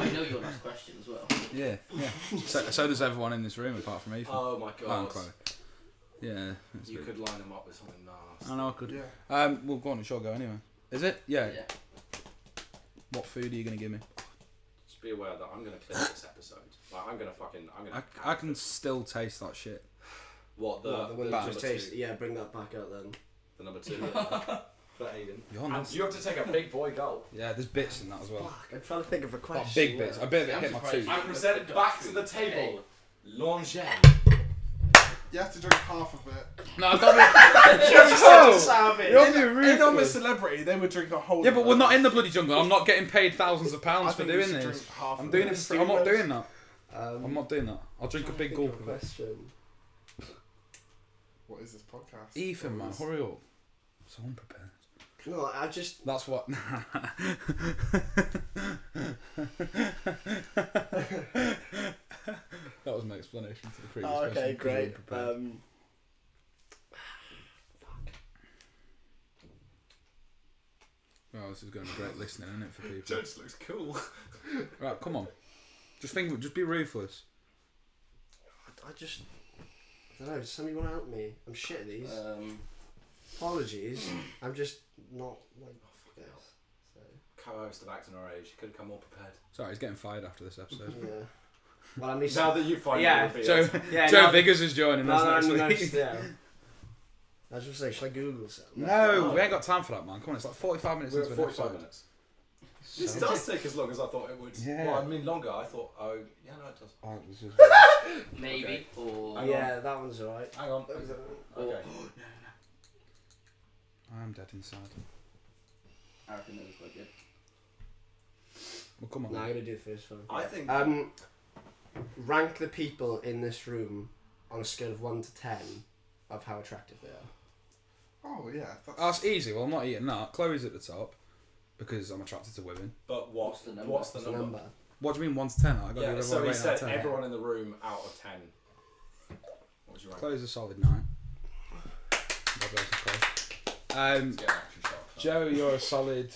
Speaker 4: Uh,
Speaker 3: I know your last question as well.
Speaker 1: Yeah, yeah. so, so does everyone in this room apart from Ethan.
Speaker 5: Oh my
Speaker 1: Oh, and
Speaker 5: god.
Speaker 1: Chloe. Yeah. that's
Speaker 5: you
Speaker 1: good.
Speaker 5: could line them up with something nasty.
Speaker 1: I know I could.
Speaker 2: Yeah.
Speaker 1: Um, well, go on, it's your go anyway. Is it? Yeah.
Speaker 3: Yeah.
Speaker 1: What food are you gonna give me?
Speaker 5: Just be aware that I'm gonna clip this episode. Like I'm gonna fucking. I'm
Speaker 1: I,
Speaker 5: gonna.
Speaker 1: I can still taste that shit.
Speaker 5: What the?
Speaker 1: Oh,
Speaker 4: well, the one
Speaker 5: the
Speaker 4: that
Speaker 5: number
Speaker 4: just taste.
Speaker 5: two.
Speaker 4: Yeah, bring that back out then.
Speaker 5: The number two. yeah. For Aiden.
Speaker 1: You're
Speaker 5: And
Speaker 1: nasty.
Speaker 5: you have to take a big boy gulp.
Speaker 1: Yeah, there's bits in that as well.
Speaker 4: Fuck, I'm trying to think of a
Speaker 1: But
Speaker 4: question.
Speaker 1: big bits. A bit of it
Speaker 3: I'm
Speaker 1: hit my
Speaker 3: surprised.
Speaker 1: tooth.
Speaker 5: I present
Speaker 3: Dog
Speaker 5: back to
Speaker 3: food.
Speaker 5: the table. Longel.
Speaker 2: You have to drink half of it.
Speaker 1: No, I've got
Speaker 4: Oh,
Speaker 1: You're being
Speaker 2: In I'm a
Speaker 1: ruthless.
Speaker 2: celebrity, they would drink a whole.
Speaker 1: Yeah,
Speaker 2: of
Speaker 1: but
Speaker 2: it.
Speaker 1: we're not in the bloody jungle. I'm not getting paid thousands of
Speaker 2: I
Speaker 1: pounds for
Speaker 2: think we
Speaker 1: doing
Speaker 2: should
Speaker 1: this.
Speaker 2: drink half
Speaker 1: I'm
Speaker 2: of
Speaker 1: doing
Speaker 2: it.
Speaker 1: it. For, I'm not doing that.
Speaker 4: Um,
Speaker 1: I'm not doing that. I'll drink a
Speaker 4: trying to
Speaker 1: big
Speaker 4: think of
Speaker 1: gulp
Speaker 4: a
Speaker 1: of it.
Speaker 4: Question.
Speaker 2: What is this podcast?
Speaker 1: Ethan,
Speaker 2: What
Speaker 1: man,
Speaker 2: is-
Speaker 1: hurry up. So unprepared.
Speaker 4: No, I just
Speaker 1: That's what. that was my explanation to the previous
Speaker 4: Oh,
Speaker 1: question,
Speaker 4: okay,
Speaker 1: 'cause you were
Speaker 4: great.
Speaker 1: prepared.
Speaker 4: Um,
Speaker 1: oh, this is going to be great listening, isn't it, for people?
Speaker 5: Judge looks cool.
Speaker 1: right, come on. Just think, just be ruthless.
Speaker 4: I just. I don't know. Does somebody want to help me? I'm shit at these.
Speaker 3: Um,
Speaker 4: Apologies. I'm just not like oh, this. So
Speaker 5: Co-host of Acting Our Age. Could have come more prepared.
Speaker 1: Sorry, he's getting fired after this episode.
Speaker 4: yeah. Well, at least
Speaker 5: Now that you find
Speaker 8: Yeah,
Speaker 5: it,
Speaker 1: Joe,
Speaker 8: Yeah,
Speaker 1: Joe
Speaker 8: now-
Speaker 1: Viggers is joining
Speaker 8: now that
Speaker 1: us
Speaker 8: I'm
Speaker 1: next
Speaker 8: noticed,
Speaker 1: week.
Speaker 8: yeah.
Speaker 4: I was just saying, should I Google something?
Speaker 1: No, we ain't got time for that, man. Come on, it's like 45 minutes
Speaker 5: We're at
Speaker 1: into an
Speaker 5: 45
Speaker 1: episode.
Speaker 5: minutes. This does take as long as I thought it would.
Speaker 1: Yeah.
Speaker 5: Well, I mean longer. I thought, oh, yeah, no, it does.
Speaker 1: Oh, this is-
Speaker 3: maybe
Speaker 5: Okay.
Speaker 3: or
Speaker 5: Hang
Speaker 4: Oh, Yeah, that one's alright.
Speaker 5: Hang on.
Speaker 4: That was
Speaker 5: Okay.
Speaker 1: I'm dead inside.
Speaker 3: I reckon that was quite good.
Speaker 1: Well, come on.
Speaker 4: Now I'm gonna do the first one.
Speaker 5: I think.
Speaker 4: Um, rank the people in this room on a scale of one to ten of how attractive they are.
Speaker 2: Oh yeah. That's,
Speaker 1: That's easy. Well, I'm not eating that. Chloe's at the top because I'm attracted to women.
Speaker 5: but what?
Speaker 3: What's the number?
Speaker 5: What's the
Speaker 4: What's the
Speaker 5: number?
Speaker 4: number?
Speaker 1: What do you mean one to ten? I got
Speaker 5: Yeah,
Speaker 1: the
Speaker 5: so
Speaker 1: right
Speaker 5: he
Speaker 1: out of
Speaker 5: said
Speaker 1: ten.
Speaker 5: everyone in the room out of 10. What would you rank?
Speaker 1: Chloe's a solid nine. Well done, Chloe. Um,
Speaker 5: Let's get an action shot.
Speaker 1: Joe, you're a solid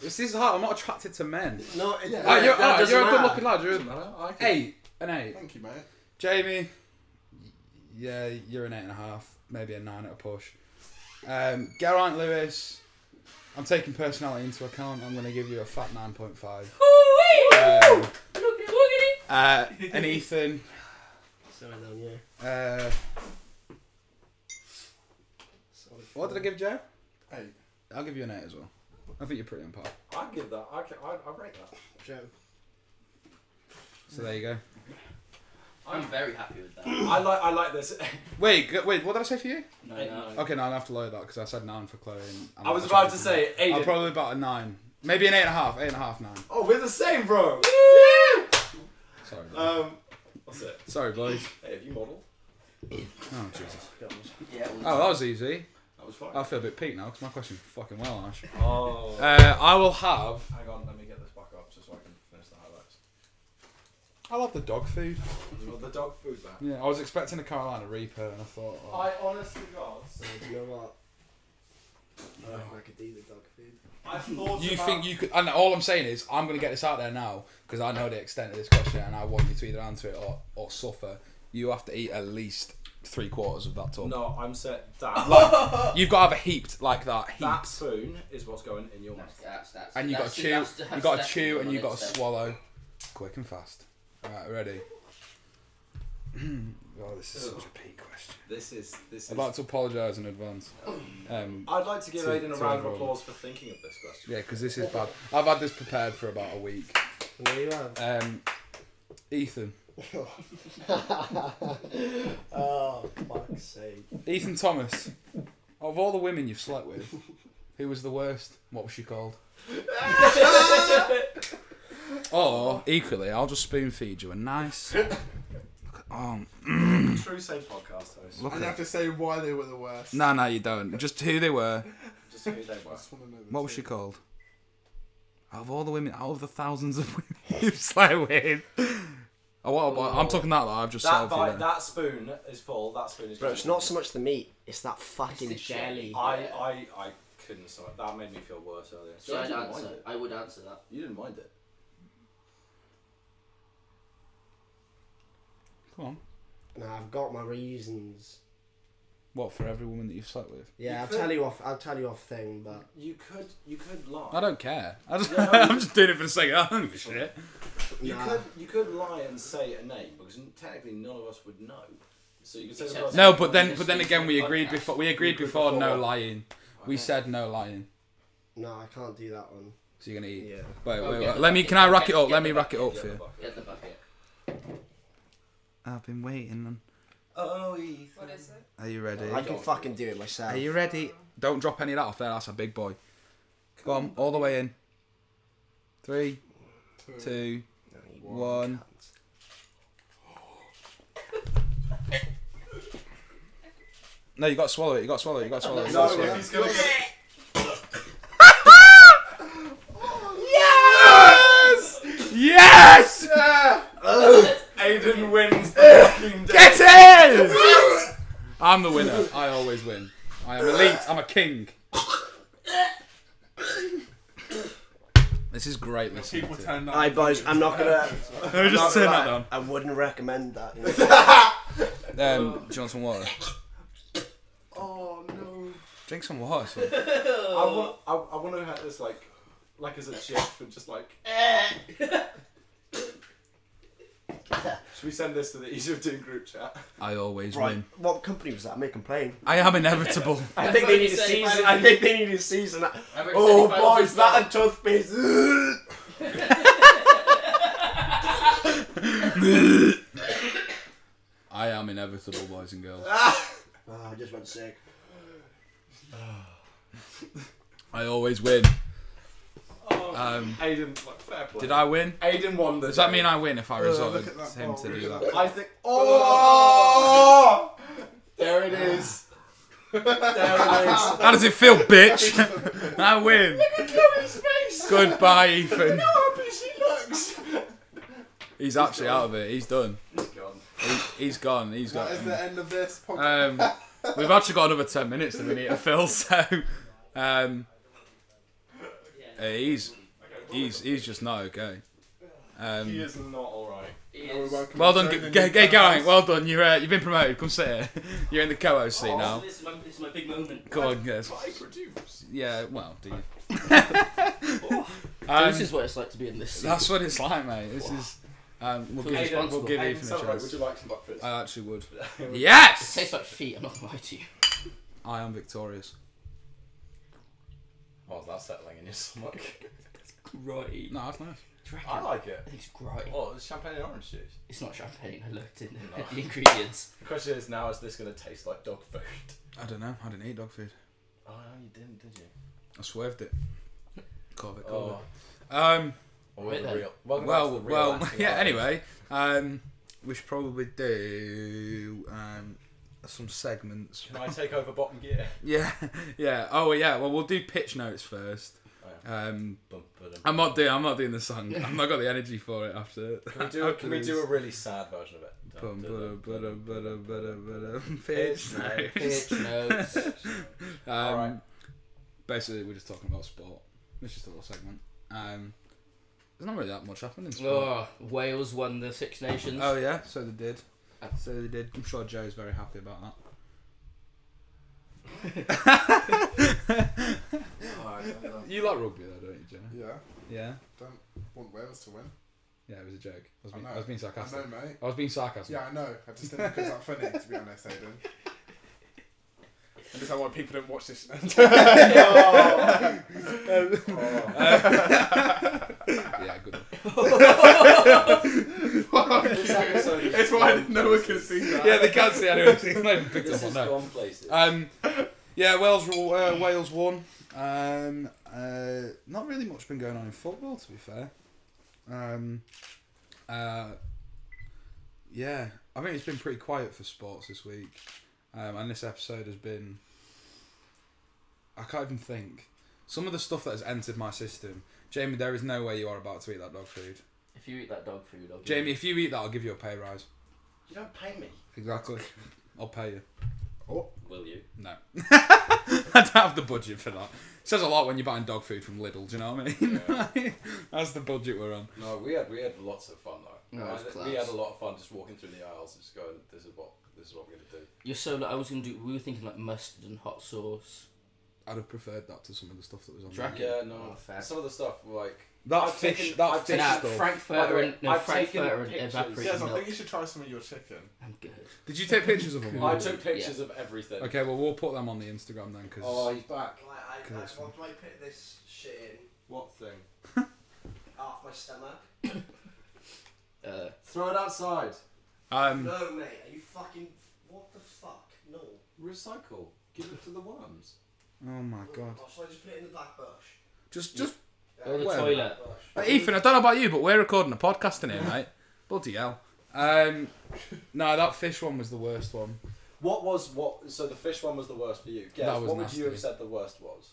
Speaker 1: This is hard. I'm not attracted to men.
Speaker 6: No, it,
Speaker 2: Yeah.
Speaker 6: uh,
Speaker 2: Ah,
Speaker 1: you're,
Speaker 6: that
Speaker 1: ah,
Speaker 6: doesn't
Speaker 1: you're a
Speaker 6: matter.
Speaker 1: good-looking lad. You're an
Speaker 5: I can-
Speaker 1: eight, an eight.
Speaker 2: Thank you, mate.
Speaker 1: Jamie, yeah, you're an eight and a half, maybe a nine at a push. Um, Geraint Lewis, I'm taking personality into account. I'm going to give you a fat nine point five. Um,
Speaker 3: Look at it.
Speaker 1: uh, and Ethan,
Speaker 6: Sorry, then, yeah.
Speaker 1: uh,
Speaker 6: Sorry.
Speaker 1: what did I give Joe?
Speaker 2: Eight.
Speaker 1: I'll give you an eight as well. I think you're pretty on par.
Speaker 5: I'd give that. I can, I'd, I'd rate that.
Speaker 6: Joe.
Speaker 1: So there you go.
Speaker 3: I'm very happy with that.
Speaker 5: I like. I like this.
Speaker 1: Wait, g- wait, what did I say for you?
Speaker 3: No,
Speaker 5: Eight,
Speaker 3: no.
Speaker 5: nine.
Speaker 1: Okay, no, I'll have to lower that because I said nine for Chloe. And I'm
Speaker 5: I was
Speaker 1: not
Speaker 5: about to
Speaker 1: attracted
Speaker 5: say
Speaker 1: her. I'm
Speaker 5: Aiden.
Speaker 1: probably about a nine, maybe an eight and a half, eight and a half, nine.
Speaker 5: oh, we're the same, bro.
Speaker 1: Sorry, bro.
Speaker 5: um, what's it?
Speaker 1: sorry, boys.
Speaker 5: Hey, have you modelled?
Speaker 1: Oh Jesus.
Speaker 3: Yeah, well,
Speaker 1: Oh, that was easy.
Speaker 5: That was fine.
Speaker 1: I feel a bit peaked now because my question's fucking well, Ash.
Speaker 5: oh.
Speaker 1: Uh, I will have.
Speaker 5: Hang on, let me get this back up just so I can finish the highlights.
Speaker 1: I'll have the dog food.
Speaker 5: Well, the dog food back.
Speaker 1: Yeah, I was expecting a Carolina Reaper, and I thought. oh.
Speaker 5: I honestly, God,
Speaker 6: So, do you know what? I reckon I could do the dog food.
Speaker 5: I thought
Speaker 1: You
Speaker 5: about-
Speaker 1: think you could? And all I'm saying is, I'm going to get this out there now because I know the extent of this question, and I want you to either answer it or, or suffer. You have to eat at least three quarters of that tub.
Speaker 5: No, I'm set. That like,
Speaker 1: You've got to have a heaped like that, heaped,
Speaker 5: that spoon is what's going in your
Speaker 3: that's,
Speaker 5: mouth.
Speaker 3: that's, that's,
Speaker 1: and you got
Speaker 3: that's,
Speaker 1: to chew,
Speaker 3: that's- that's
Speaker 1: you got to
Speaker 3: definitely
Speaker 1: chew,
Speaker 3: what
Speaker 1: and you
Speaker 3: I'd
Speaker 1: got to
Speaker 3: say.
Speaker 1: swallow, quick and fast. All right, ready. oh, this is such a peak question.
Speaker 5: This is this is.
Speaker 1: I'd like to apologise in advance. Um,
Speaker 5: I'd like to give
Speaker 1: To-
Speaker 5: Aiden
Speaker 1: to
Speaker 5: a round of
Speaker 1: everyone.
Speaker 5: applause for thinking of this question.
Speaker 1: yeah, because this is bad. I've had this prepared for about a week.
Speaker 6: And there you have.
Speaker 1: Um, Ethan,
Speaker 6: oh, fuck's sake.
Speaker 1: Ethan Thomas. Of all the women you've slept with, who was the worst? What was she called? or equally, I'll just spoon feed you a nice. Um,
Speaker 5: True same podcast host.
Speaker 1: look
Speaker 2: And you
Speaker 1: at
Speaker 2: have to say why they were the worst.
Speaker 1: No, no, you don't. Just who they were.
Speaker 5: Just who they
Speaker 2: I
Speaker 5: were.
Speaker 2: just want to know the
Speaker 1: What was
Speaker 2: two.
Speaker 1: she called? Out of all the women, out of the thousands of women you've slept with. Oh, what about, I'm talking that though. I've just
Speaker 5: That
Speaker 1: solved
Speaker 5: bite,
Speaker 1: you there.
Speaker 5: that spoon is full. That spoon is.
Speaker 6: Bro,
Speaker 5: gone.
Speaker 6: it's not so much the meat, it's that fucking
Speaker 3: the
Speaker 6: jelly.
Speaker 3: jelly.
Speaker 5: I I I couldn't sorry. That made me feel worse earlier.
Speaker 3: So
Speaker 5: I
Speaker 3: I'd
Speaker 5: didn't
Speaker 3: answer.
Speaker 5: mind it.
Speaker 3: I would answer that.
Speaker 5: You didn't mind it.
Speaker 1: Come on.
Speaker 6: Now I've got my reasons.
Speaker 1: What for every woman that you've slept with?
Speaker 6: Yeah,
Speaker 5: You
Speaker 6: I'll
Speaker 5: could-
Speaker 6: tell you off. I'll tell you off thing, but
Speaker 5: You could you could lie.
Speaker 1: I don't care. I just,
Speaker 5: Yeah, no,
Speaker 1: I'm
Speaker 5: you-
Speaker 1: just doing it for the sake. of I don't give a shit.
Speaker 5: You
Speaker 6: Nah.
Speaker 5: could you could lie and say a name because technically none of us would know. So you could say the
Speaker 3: Except-
Speaker 5: person.
Speaker 1: No, but then but then again, we agreed
Speaker 3: Podcast.
Speaker 1: before. We agreed
Speaker 5: Agreed
Speaker 1: before no
Speaker 5: before.
Speaker 1: lying. We said no lying.
Speaker 6: no, I can't do that one.
Speaker 1: So you're gonna eat.
Speaker 6: Yeah.
Speaker 1: Wait,
Speaker 3: Well,
Speaker 1: wait,
Speaker 3: get
Speaker 1: wait.
Speaker 3: the
Speaker 1: Let me.
Speaker 3: bucket,
Speaker 1: Can I
Speaker 3: get-
Speaker 1: rack it up?
Speaker 3: get
Speaker 1: Let
Speaker 3: the
Speaker 1: me rack it up
Speaker 5: Yeah,
Speaker 1: for you.
Speaker 5: fuck it.
Speaker 3: Get the bucket.
Speaker 1: I've been waiting.
Speaker 5: Oh, Ethan.
Speaker 9: What is it?
Speaker 1: Are you ready?
Speaker 6: I can fucking do it myself.
Speaker 1: Are you ready? Don't drop any of that off there. That's a big boy. Go on, all the way in. Three, two,
Speaker 6: No, you
Speaker 1: one.
Speaker 6: cunt.
Speaker 1: No, you got to swallow it. You got to swallow it. You got to swallow it. You got to
Speaker 5: No,
Speaker 1: swallow
Speaker 5: if
Speaker 1: it.
Speaker 5: he's gonna get-
Speaker 1: Yes!
Speaker 5: Aiden wins the fucking day.
Speaker 1: Get in! I'm the winner. I always win. I am elite. I'm a king. This is great listening
Speaker 2: People
Speaker 1: to.
Speaker 2: turn that.
Speaker 6: Aye, boys. I'm not gonna.
Speaker 1: No, just
Speaker 6: I'm
Speaker 1: turn
Speaker 6: not
Speaker 1: that
Speaker 6: gonna
Speaker 1: down.
Speaker 6: lie, I wouldn't recommend that.
Speaker 1: Um, do you want some water?
Speaker 2: Oh no.
Speaker 1: Drink some water. son.
Speaker 5: I want I, I want to have this like like as a gif and just like. Should we send this to the easier of doing group chat?
Speaker 1: I always
Speaker 6: Right.
Speaker 1: win.
Speaker 6: What company was that? I may complain.
Speaker 1: I am inevitable.
Speaker 6: I
Speaker 3: I've
Speaker 6: think they
Speaker 3: already
Speaker 6: need a
Speaker 3: said
Speaker 6: season.
Speaker 3: final-
Speaker 6: I think they need a season.
Speaker 3: I've already
Speaker 6: Oh,
Speaker 3: said final
Speaker 6: boys, that
Speaker 3: result.
Speaker 6: and toothpaste.
Speaker 1: I am inevitable, boys and girls.
Speaker 6: Ah, I just went sick.
Speaker 1: I always win.
Speaker 2: Oh.
Speaker 1: Um,
Speaker 5: Aiden, like, fair play.
Speaker 1: did I win?
Speaker 5: Aiden won the.
Speaker 1: Does that mean I win if I resorted
Speaker 2: Uh, look at that
Speaker 1: to him
Speaker 2: ball,
Speaker 1: to
Speaker 2: look
Speaker 1: do
Speaker 2: at
Speaker 1: that?
Speaker 2: that.
Speaker 5: I think. Oh! there it is. there it is.
Speaker 1: How does it feel, bitch? I win.
Speaker 5: Chloe's face.
Speaker 1: Goodbye, Ethan.
Speaker 5: happy she looks.
Speaker 1: He's actually out of it. He's done.
Speaker 5: He's gone.
Speaker 1: He, he's gone. He's
Speaker 2: That is
Speaker 1: gone.
Speaker 2: the end of this podcast.
Speaker 1: Um, we've actually got another ten minutes that we need to fill, so um,
Speaker 3: Yeah.
Speaker 1: uh, Uh, he's he's he's just not okay.
Speaker 9: he
Speaker 1: Um,
Speaker 9: is not alright.
Speaker 2: Now we're welcoming
Speaker 1: well done,
Speaker 2: Joe,
Speaker 1: Ga-
Speaker 2: the
Speaker 1: Ga-
Speaker 2: new
Speaker 1: Ga- Geraint.
Speaker 2: co-host.
Speaker 1: Well done. You're uh, you've been promoted. Come sit here. You're in the co-host
Speaker 9: Oh,
Speaker 1: seat now.
Speaker 3: Oh, This is my, this is my big moment.
Speaker 1: Come on, yes.
Speaker 9: I produce.
Speaker 1: Yeah. Well, do you?
Speaker 3: So
Speaker 1: Um,
Speaker 3: this is what it's like to be in this seat.
Speaker 1: that's what it's like, mate. This is. Um, we'll,
Speaker 3: Fully
Speaker 1: give you, we'll
Speaker 3: responsible.
Speaker 1: give
Speaker 9: Hey,
Speaker 1: Ethan a
Speaker 9: Samurai, would
Speaker 1: chance.
Speaker 9: you like some breakfast?
Speaker 1: I actually would.
Speaker 3: It
Speaker 1: Yes.
Speaker 3: tastes like feet, I'm not gonna lie to you.
Speaker 1: I am victorious.
Speaker 5: How's that settling in your stomach?
Speaker 3: Grotty.
Speaker 1: No, that's nice.
Speaker 3: Do you reckon?
Speaker 5: I like it.
Speaker 3: I think it's grotty.
Speaker 5: Oh, it's champagne and orange juice.
Speaker 3: It's not champagne, I looked in
Speaker 5: No.
Speaker 3: at the ingredients.
Speaker 5: The question is now, is this going to taste like dog food?
Speaker 1: I don't know. I didn't eat dog food.
Speaker 5: Oh, no, you didn't, did you?
Speaker 1: I swerved it. Cover, cover.
Speaker 5: Oh,
Speaker 1: Um.
Speaker 5: well, we're
Speaker 3: Wait
Speaker 5: the
Speaker 3: then.
Speaker 5: real. Welcome back
Speaker 1: well,
Speaker 5: to the real
Speaker 1: well,
Speaker 5: acting
Speaker 1: yeah.
Speaker 5: life.
Speaker 1: Anyway, um, we should probably do um, some segments.
Speaker 5: Can I take over bottom gear?
Speaker 1: Yeah, yeah. Oh, yeah. Well, we'll do pitch notes first.
Speaker 5: Oh,
Speaker 1: Um,
Speaker 5: Bum, ba-dum.
Speaker 1: I'm not doing. I'm not doing the song. I've not got the energy for it after.
Speaker 5: Can we do?
Speaker 1: after
Speaker 5: Can we
Speaker 1: this.
Speaker 5: do a really sad version of it?
Speaker 1: Bum, bada, bada, bada, bada, bada,
Speaker 5: Pitch
Speaker 1: pitch
Speaker 3: Pitch
Speaker 1: notes?
Speaker 3: notes.
Speaker 1: Um,
Speaker 5: Alright.
Speaker 1: Basically, we're just talking about sport. It's just a little segment. Um, there's not really that much happening. in sport.
Speaker 3: Oh, Wales won the Six Nations.
Speaker 1: Oh yeah, so they did.
Speaker 3: Oh.
Speaker 1: So they did. I'm sure Joe's very happy about that.
Speaker 2: Oh, I don't know.
Speaker 1: You like rugby though, don't you, Joe?
Speaker 2: Yeah,
Speaker 1: Yeah.
Speaker 2: want Wales to win.
Speaker 1: Yeah, it was a joke. I was
Speaker 2: I
Speaker 1: being,
Speaker 2: know.
Speaker 1: I was being
Speaker 2: I
Speaker 1: sarcastic.
Speaker 2: know, mate.
Speaker 1: I was being sarcastic.
Speaker 2: Yeah, I know. I just didn't think it was that funny, to be honest, Aiden. I just why people don't watch this.
Speaker 1: Yeah, good. one.
Speaker 5: This episode is
Speaker 2: it's why no one can see that.
Speaker 1: yeah, they can't see anyone. They've not even picked
Speaker 5: This
Speaker 1: up on
Speaker 5: is
Speaker 1: that.
Speaker 5: gone places.
Speaker 1: Um, yeah, Wales uh, Wales won. Um, uh, not really much been going on in football, to be fair. Um, uh, yeah, I mean it's been pretty quiet for sports this week, um, and this episode has been. I can't even think. Some of the stuff that has entered my system, Jamie. There is no way you are about to eat that dog food,
Speaker 3: If you eat that dog food, I'll give
Speaker 1: Jamie.
Speaker 3: you-
Speaker 1: If you eat that, I'll give you a pay rise.
Speaker 5: you don't pay me.
Speaker 1: Exactly. I'll pay you.
Speaker 5: Will you?
Speaker 1: No. I don't have the budget for that. says a lot when you're buying dog food from Lidl, do you know what I mean? That's the budget we're on.
Speaker 5: No, we had we had lots of fun though.
Speaker 3: No, it was
Speaker 5: I-
Speaker 3: class.
Speaker 5: we had a lot of fun just walking through the aisles and just going, "This is what this is what we're gonna do."
Speaker 3: You're so. Like, I was gonna do. We were thinking like mustard and hot sauce.
Speaker 1: I'd have preferred that to some of the stuff that was on
Speaker 3: Drac-
Speaker 1: there.
Speaker 3: Okay.
Speaker 5: Yeah, no.
Speaker 3: Oh, fair.
Speaker 5: Some of the stuff like
Speaker 1: That
Speaker 5: I've
Speaker 1: fish,
Speaker 5: taken-
Speaker 1: that
Speaker 5: I've
Speaker 1: fish
Speaker 5: taken-
Speaker 3: Nah,
Speaker 1: stuff.
Speaker 5: By the
Speaker 3: uh, Frankfurter
Speaker 5: way,
Speaker 3: and no,
Speaker 5: I've taken
Speaker 3: Frankfurter and
Speaker 5: pictures.
Speaker 3: evaporated
Speaker 2: Yes, I
Speaker 3: milk.
Speaker 2: think you should try some of your chicken.
Speaker 3: I'm good.
Speaker 1: Did you take pictures of them?
Speaker 5: I
Speaker 1: all?
Speaker 5: took pictures of everything.
Speaker 1: Okay, well we'll put them on the Instagram then, because
Speaker 5: Oh, he's back.
Speaker 6: Like, I, I,
Speaker 1: Okay, that's
Speaker 6: what do I put this shit in?
Speaker 5: What thing?
Speaker 6: Half my stomach?
Speaker 3: Uh,
Speaker 5: Throw it outside.
Speaker 1: um,
Speaker 6: No, mate, are you fucking. What the fuck? No.
Speaker 5: Recycle. Give it to the worms.
Speaker 1: oh my god,
Speaker 6: Or should I just put it in the black bush?
Speaker 1: just just
Speaker 3: or the
Speaker 1: Whatever.
Speaker 3: toilet.
Speaker 6: Bush.
Speaker 1: Hey, Ethan, I don't know about you, but we're recording a podcast in here, mate. Bloody hell. Um, no, that fish one was the worst one.
Speaker 5: What was what? So the fish one was the worst for you. Guess
Speaker 1: That was
Speaker 5: what would
Speaker 1: nasty.
Speaker 5: you have said the worst was?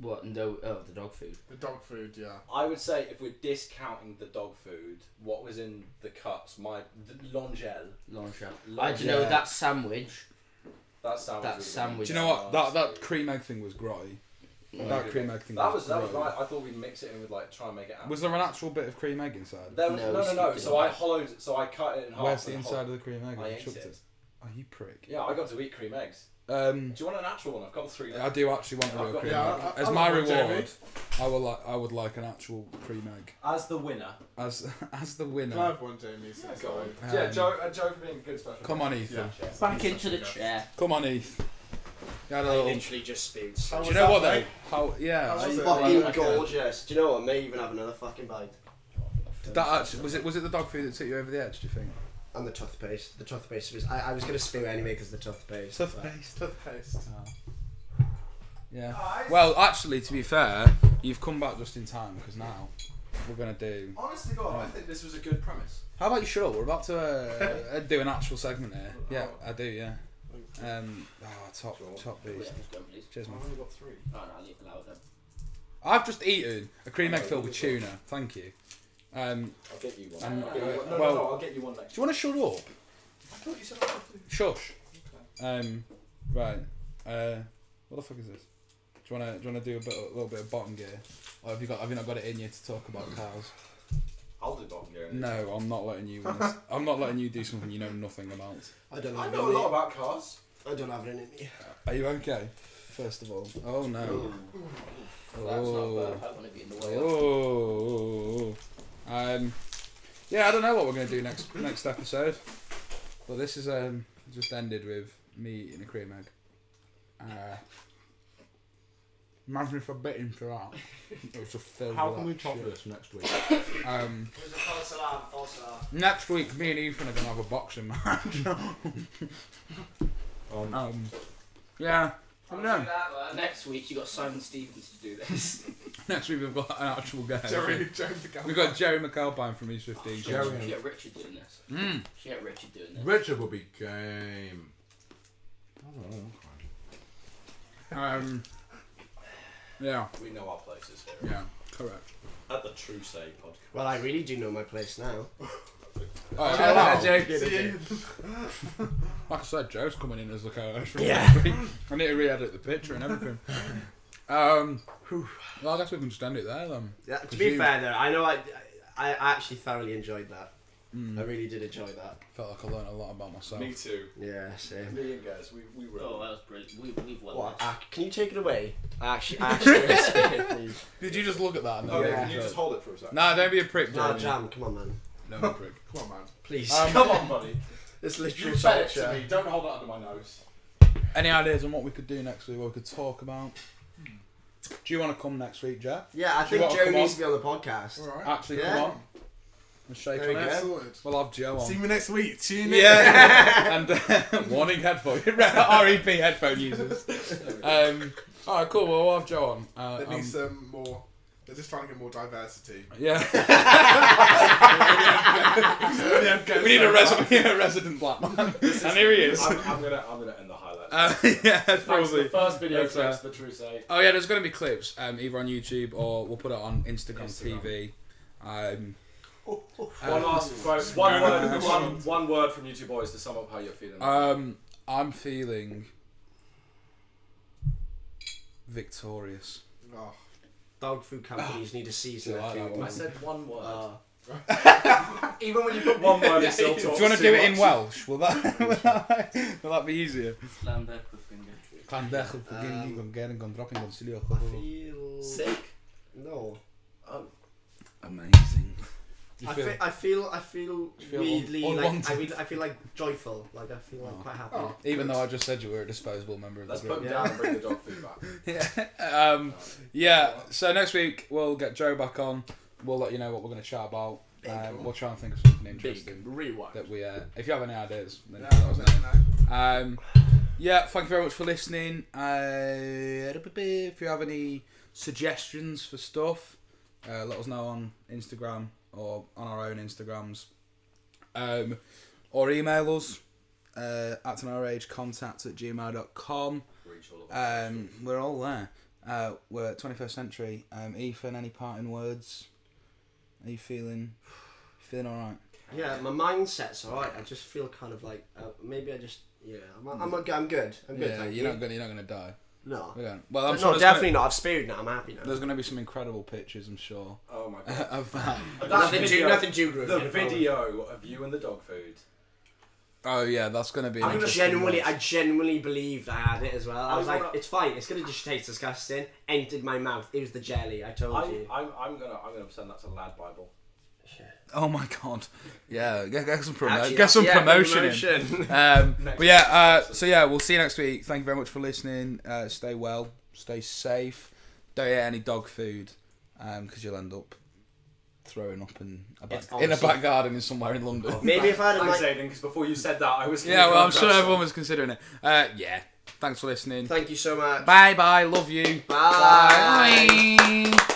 Speaker 3: What? No. Oh, the dog food.
Speaker 2: The dog food, yeah.
Speaker 5: I would say if we're discounting the dog food, what was in the cups? My the longel.
Speaker 3: Launch out. I
Speaker 5: Longel.
Speaker 3: do you know that sandwich.
Speaker 5: That sandwich.
Speaker 3: That
Speaker 5: was-
Speaker 1: Do
Speaker 3: sandwich.
Speaker 1: you know what? That that cream egg thing was grotty. That
Speaker 5: Okay.
Speaker 1: cream egg thing.
Speaker 5: That was that was
Speaker 1: grotty.
Speaker 5: right. I thought we'd mix it in with like try and make it out.
Speaker 1: Was there an actual bit of cream egg inside?
Speaker 5: There was-
Speaker 3: No,
Speaker 5: no, no,
Speaker 3: we
Speaker 5: no,
Speaker 3: skipped
Speaker 5: So
Speaker 3: it.
Speaker 5: I hollowed. it- So I cut it in half.
Speaker 1: Where's the
Speaker 5: and
Speaker 1: inside of
Speaker 5: hollowed-
Speaker 1: the cream egg?
Speaker 5: I
Speaker 1: You
Speaker 5: ate
Speaker 1: chucked
Speaker 5: it.
Speaker 1: it. Oh, you prick.
Speaker 5: Yeah, I got to eat cream eggs.
Speaker 1: Um,
Speaker 5: Do you want an actual one? I've got three.
Speaker 1: I do actually want a
Speaker 5: I've
Speaker 1: real
Speaker 5: got-
Speaker 1: cream
Speaker 2: yeah,
Speaker 1: egg.
Speaker 2: I- I-
Speaker 1: As
Speaker 2: I'm
Speaker 1: my
Speaker 2: not with
Speaker 1: reward, I will like I would like an actual cream egg
Speaker 5: As the winner.
Speaker 1: as as the
Speaker 2: Can I
Speaker 1: winner.
Speaker 2: have one, Jamie? since
Speaker 5: Go on.
Speaker 2: I-
Speaker 5: yeah,
Speaker 1: Um,
Speaker 5: Joe. Uh, Joe for being a good special.
Speaker 1: Come on, Ethan.
Speaker 2: Yeah.
Speaker 3: Back into the chair.
Speaker 1: Come on, Eth. You had a little- Do
Speaker 6: literally just spewed.
Speaker 2: How
Speaker 1: you
Speaker 2: was
Speaker 1: know
Speaker 2: that,
Speaker 1: what though?
Speaker 2: mate?
Speaker 1: How yeah?
Speaker 2: How
Speaker 1: I-
Speaker 2: was it?
Speaker 6: Fucking
Speaker 2: Okay.
Speaker 6: gorgeous. Do you know what? I may even have another fucking bite.
Speaker 1: Did that actually was it? Was it the dog food that took you over the edge? Do you think?
Speaker 6: And the toothpaste. The toothpaste was. I, I was gonna spew anyway because the toothpaste.
Speaker 1: Toothpaste.
Speaker 2: Toothpaste.
Speaker 1: Ah. Yeah. Well, actually, to be fair, you've come back just in time because now we're gonna do.
Speaker 5: Honestly, God, I think this was a good premise.
Speaker 1: How about you shut up? We're about to uh, uh, do an actual segment here. Yeah, I do. Yeah. Um. ah, top top
Speaker 3: Yeah,
Speaker 1: beast.
Speaker 3: just don't please.
Speaker 1: Cheers, man.
Speaker 2: only got three.
Speaker 3: Oh, no, I'll leave it out then.
Speaker 1: I've just eaten a cream egg filled with tuna. Thank you. Um.
Speaker 5: I'll get you one.
Speaker 1: And,
Speaker 5: I'll get you
Speaker 1: uh,
Speaker 5: one. No,
Speaker 1: well-
Speaker 5: no, no, I'll get you one next.
Speaker 1: Do you want to shut up?
Speaker 5: I thought you said I had to.
Speaker 1: Shush. Um. Right. Uh. What the fuck is this? Do you want to do, you wanna do a, bit, a little bit of bottom gear? Or have you got have you not got it in you to talk about cows?
Speaker 10: I'll do bottom gear.
Speaker 1: No, I'm not letting you. win this. I'm not letting you do something you know nothing about.
Speaker 4: I
Speaker 1: Mm.
Speaker 4: don't
Speaker 10: I
Speaker 4: have it
Speaker 10: know
Speaker 4: in
Speaker 10: a
Speaker 4: me.
Speaker 10: lot about cars.
Speaker 4: I don't have it in me.
Speaker 1: Are you okay? First of all. Oh no.
Speaker 3: That's
Speaker 1: Oh.
Speaker 3: not bad. I want to be in the way.
Speaker 1: Oh. Um. Yeah, I don't know what we're gonna do next next episode, but this is um just ended with me eating a cream egg. Uh, imagine if I bit into that. It was just filled
Speaker 11: How
Speaker 1: with
Speaker 11: can
Speaker 1: that
Speaker 11: we top
Speaker 1: shit.
Speaker 11: this next week?
Speaker 1: Um,
Speaker 4: It was a false alarm, false alarm.
Speaker 1: next week, me and Ethan are gonna have a boxing match.
Speaker 11: Um,
Speaker 1: um, yeah. I don't know.
Speaker 3: Next week you got Simon Stevens to do this.
Speaker 1: Next week we've got an actual game.
Speaker 2: Jerry, Jerry McGowan.
Speaker 1: We've got Jerry McAlpine from East
Speaker 3: She
Speaker 1: 15.
Speaker 11: Jerry.
Speaker 3: should get Richard doing this.
Speaker 5: Hmm.
Speaker 1: Mm.
Speaker 3: She get Richard doing this.
Speaker 11: Richard will be game. I don't know.
Speaker 1: Um, yeah,
Speaker 5: We know our places here.
Speaker 1: yeah, correct.
Speaker 5: At the True Say podcast.
Speaker 4: Well, I really do know my place now.
Speaker 1: Alright,
Speaker 4: Chill out.
Speaker 1: I'm joking,
Speaker 2: See
Speaker 1: okay.
Speaker 2: you.
Speaker 1: Like I said, Joe's coming in as the co-host. for
Speaker 4: Yeah.
Speaker 1: next week. I need to re-edit the picture and everything. Um, well, I guess we can just end it there then.
Speaker 4: Yeah, to
Speaker 1: Cause
Speaker 4: be
Speaker 1: you-
Speaker 4: fair though, I know I, I, I actually thoroughly enjoyed that.
Speaker 1: Hmm.
Speaker 4: I really did enjoy that.
Speaker 1: Felt like I learned a lot about
Speaker 5: Oh.
Speaker 1: myself.
Speaker 10: Me too.
Speaker 4: Yeah, same.
Speaker 10: Me and guys, we, we were.
Speaker 3: Oh, that was brilliant. We, we've won
Speaker 4: What?
Speaker 5: Ah.
Speaker 3: this.
Speaker 4: I, can you take it away? I actually, I actually want to speak it, please.
Speaker 1: Did you just look at that? And
Speaker 5: Oh,
Speaker 10: Okay,
Speaker 4: Yeah.
Speaker 10: can you just hold it for a second?
Speaker 1: Nah, don't be a prick,
Speaker 4: Nah,
Speaker 1: Jeremy.
Speaker 4: Jam, come on, man.
Speaker 1: Don't be a prick.
Speaker 2: Come on, man.
Speaker 4: Please.
Speaker 1: Um,
Speaker 10: Come on, buddy.
Speaker 4: it's
Speaker 10: You
Speaker 4: literal
Speaker 10: fed it to
Speaker 4: torture.
Speaker 10: me. Don't hold it under my nose.
Speaker 1: Any ideas on what we could do next week? What we could talk about? Do you want to come next week, Jeff?
Speaker 4: Yeah, I
Speaker 1: Do you
Speaker 4: think
Speaker 1: wanna
Speaker 4: Joe
Speaker 1: come
Speaker 4: needs
Speaker 1: on?
Speaker 4: to be on the podcast.
Speaker 2: All right.
Speaker 1: Actually, come
Speaker 4: Yeah.
Speaker 1: on. Let's shake
Speaker 4: Very
Speaker 1: on
Speaker 4: good.
Speaker 1: it.
Speaker 2: Sorted.
Speaker 1: We'll have Joe on.
Speaker 2: See you next week. Tune in.
Speaker 1: Yeah. and uh, warning headphone. REP headphone users. Um, all right, cool. Well, we'll have Joe on. Uh,
Speaker 2: There
Speaker 1: um,
Speaker 2: needs some more. They're just trying to get more diversity.
Speaker 1: yeah.
Speaker 2: we
Speaker 1: we need a, res- we need a resident black man. and here he is.
Speaker 5: I'm, I'm gonna I'm gonna end the highlights.
Speaker 1: Uh, yeah, that's
Speaker 5: Thanks for
Speaker 1: probably.
Speaker 5: the first video
Speaker 1: That's, uh,
Speaker 5: clips, the True Say.
Speaker 1: Oh yeah, there's going to be clips um, either on YouTube or we'll put it on Instagram,
Speaker 5: Instagram.
Speaker 1: TV. Um, uh,
Speaker 5: One last quote. One word. One, one word from you two boys to sum up how you're feeling.
Speaker 1: um, I'm feeling victorious.
Speaker 2: Oh,
Speaker 4: Dog food companies need to season
Speaker 1: Do you
Speaker 4: their
Speaker 1: like that
Speaker 4: food.
Speaker 1: one?
Speaker 5: I said one word.
Speaker 4: Uh,
Speaker 5: Ah. Even when you put one word, it still
Speaker 1: Do
Speaker 5: talks.
Speaker 1: you want to
Speaker 5: too
Speaker 1: do it in
Speaker 5: much.
Speaker 1: Welsh? Will that will that, will that be easier? Um,
Speaker 3: Slam their cliffhanger.
Speaker 1: Kan degelijk beginnen,
Speaker 4: Ehm,
Speaker 1: kan geren, kan droppen, kan silio,
Speaker 4: I
Speaker 1: kan rollen.
Speaker 4: feel
Speaker 5: Sick.
Speaker 4: no.
Speaker 1: Amazing. You
Speaker 4: I
Speaker 1: feel,
Speaker 4: feel, I feel, I feel,
Speaker 1: You feel
Speaker 4: weirdly
Speaker 1: un-
Speaker 4: like I,
Speaker 1: unwanted.
Speaker 4: feel- I feel like joyful. Like I feel like
Speaker 1: Oh.
Speaker 4: quite happy.
Speaker 1: even though I just said you were a disposable member of
Speaker 5: Let's
Speaker 1: the
Speaker 5: put
Speaker 1: group.
Speaker 5: him
Speaker 4: Yeah.
Speaker 5: down and bring the dog food back.
Speaker 1: um, yeah, so next week we'll get Joe back on. We'll let you know what we're going to chat about. Um, we'll try and think of something interesting
Speaker 11: rewind.
Speaker 1: that we. Uh, if you have any ideas, then
Speaker 2: no,
Speaker 1: let us
Speaker 2: no,
Speaker 1: know.
Speaker 2: no.
Speaker 1: Um, yeah, thank you very much for listening. Uh, if you have any suggestions for stuff, uh, let us know on Instagram or on our own Instagrams. Um, or email us uh, at an age contact at gmail.com.
Speaker 5: Reach all of us.
Speaker 1: Um, we're all there. Uh, we're at 21st century. Um, Ethan, any parting words? Are you feeling feeling all right?
Speaker 4: Yeah, my mindset's alright. I just feel kind of like uh, maybe I just yeah. I'm, I'm, I'm, I'm good. I'm good.
Speaker 1: Mm. yeah,
Speaker 4: thank
Speaker 1: you're
Speaker 4: you.
Speaker 1: not gonna you're not gonna die.
Speaker 4: No.
Speaker 1: We don't. Well, I'm
Speaker 4: No,
Speaker 1: sure there's gonna-
Speaker 4: definitely not. I've spewed now. I'm happy now.
Speaker 1: There's going to be some incredible pictures, I'm sure,
Speaker 5: Oh my god.
Speaker 1: of that.
Speaker 5: That video,
Speaker 4: Jude
Speaker 5: the video of you and the dog food.
Speaker 1: Oh yeah, that's going to be. an
Speaker 4: I
Speaker 1: interesting
Speaker 4: genuinely,
Speaker 1: one.
Speaker 4: I genuinely believed I had it as well. I
Speaker 5: I
Speaker 4: was like,
Speaker 5: wanna-
Speaker 4: it's fine. It's gonna just taste disgusting. Entered my mouth. It was the jelly. I told
Speaker 5: I,
Speaker 4: you.
Speaker 5: I'm, I'm gonna I'm gonna send that to Lad Bible.
Speaker 1: Oh my god. Yeah, get, get some promo-
Speaker 4: Actually,
Speaker 1: get some
Speaker 4: yeah,
Speaker 1: promotion. in.
Speaker 4: promotion.
Speaker 1: Um,
Speaker 5: Next
Speaker 1: but yeah, uh, so yeah, we'll see you next week. Thank you very much for listening. Uh, stay well, stay safe. Don't eat any dog food because you'll end up throwing up in a back,
Speaker 4: It's
Speaker 1: in a
Speaker 4: honestly-
Speaker 1: back garden in somewhere in London.
Speaker 4: Maybe if I had a
Speaker 5: I'm
Speaker 4: mic.
Speaker 5: saving because before you said that I was.
Speaker 1: yeah, well, I'm sure everyone was considering it. Uh, yeah, thanks for listening.
Speaker 4: Thank you so much.
Speaker 1: Bye bye. Love you.
Speaker 4: Bye.
Speaker 1: Bye.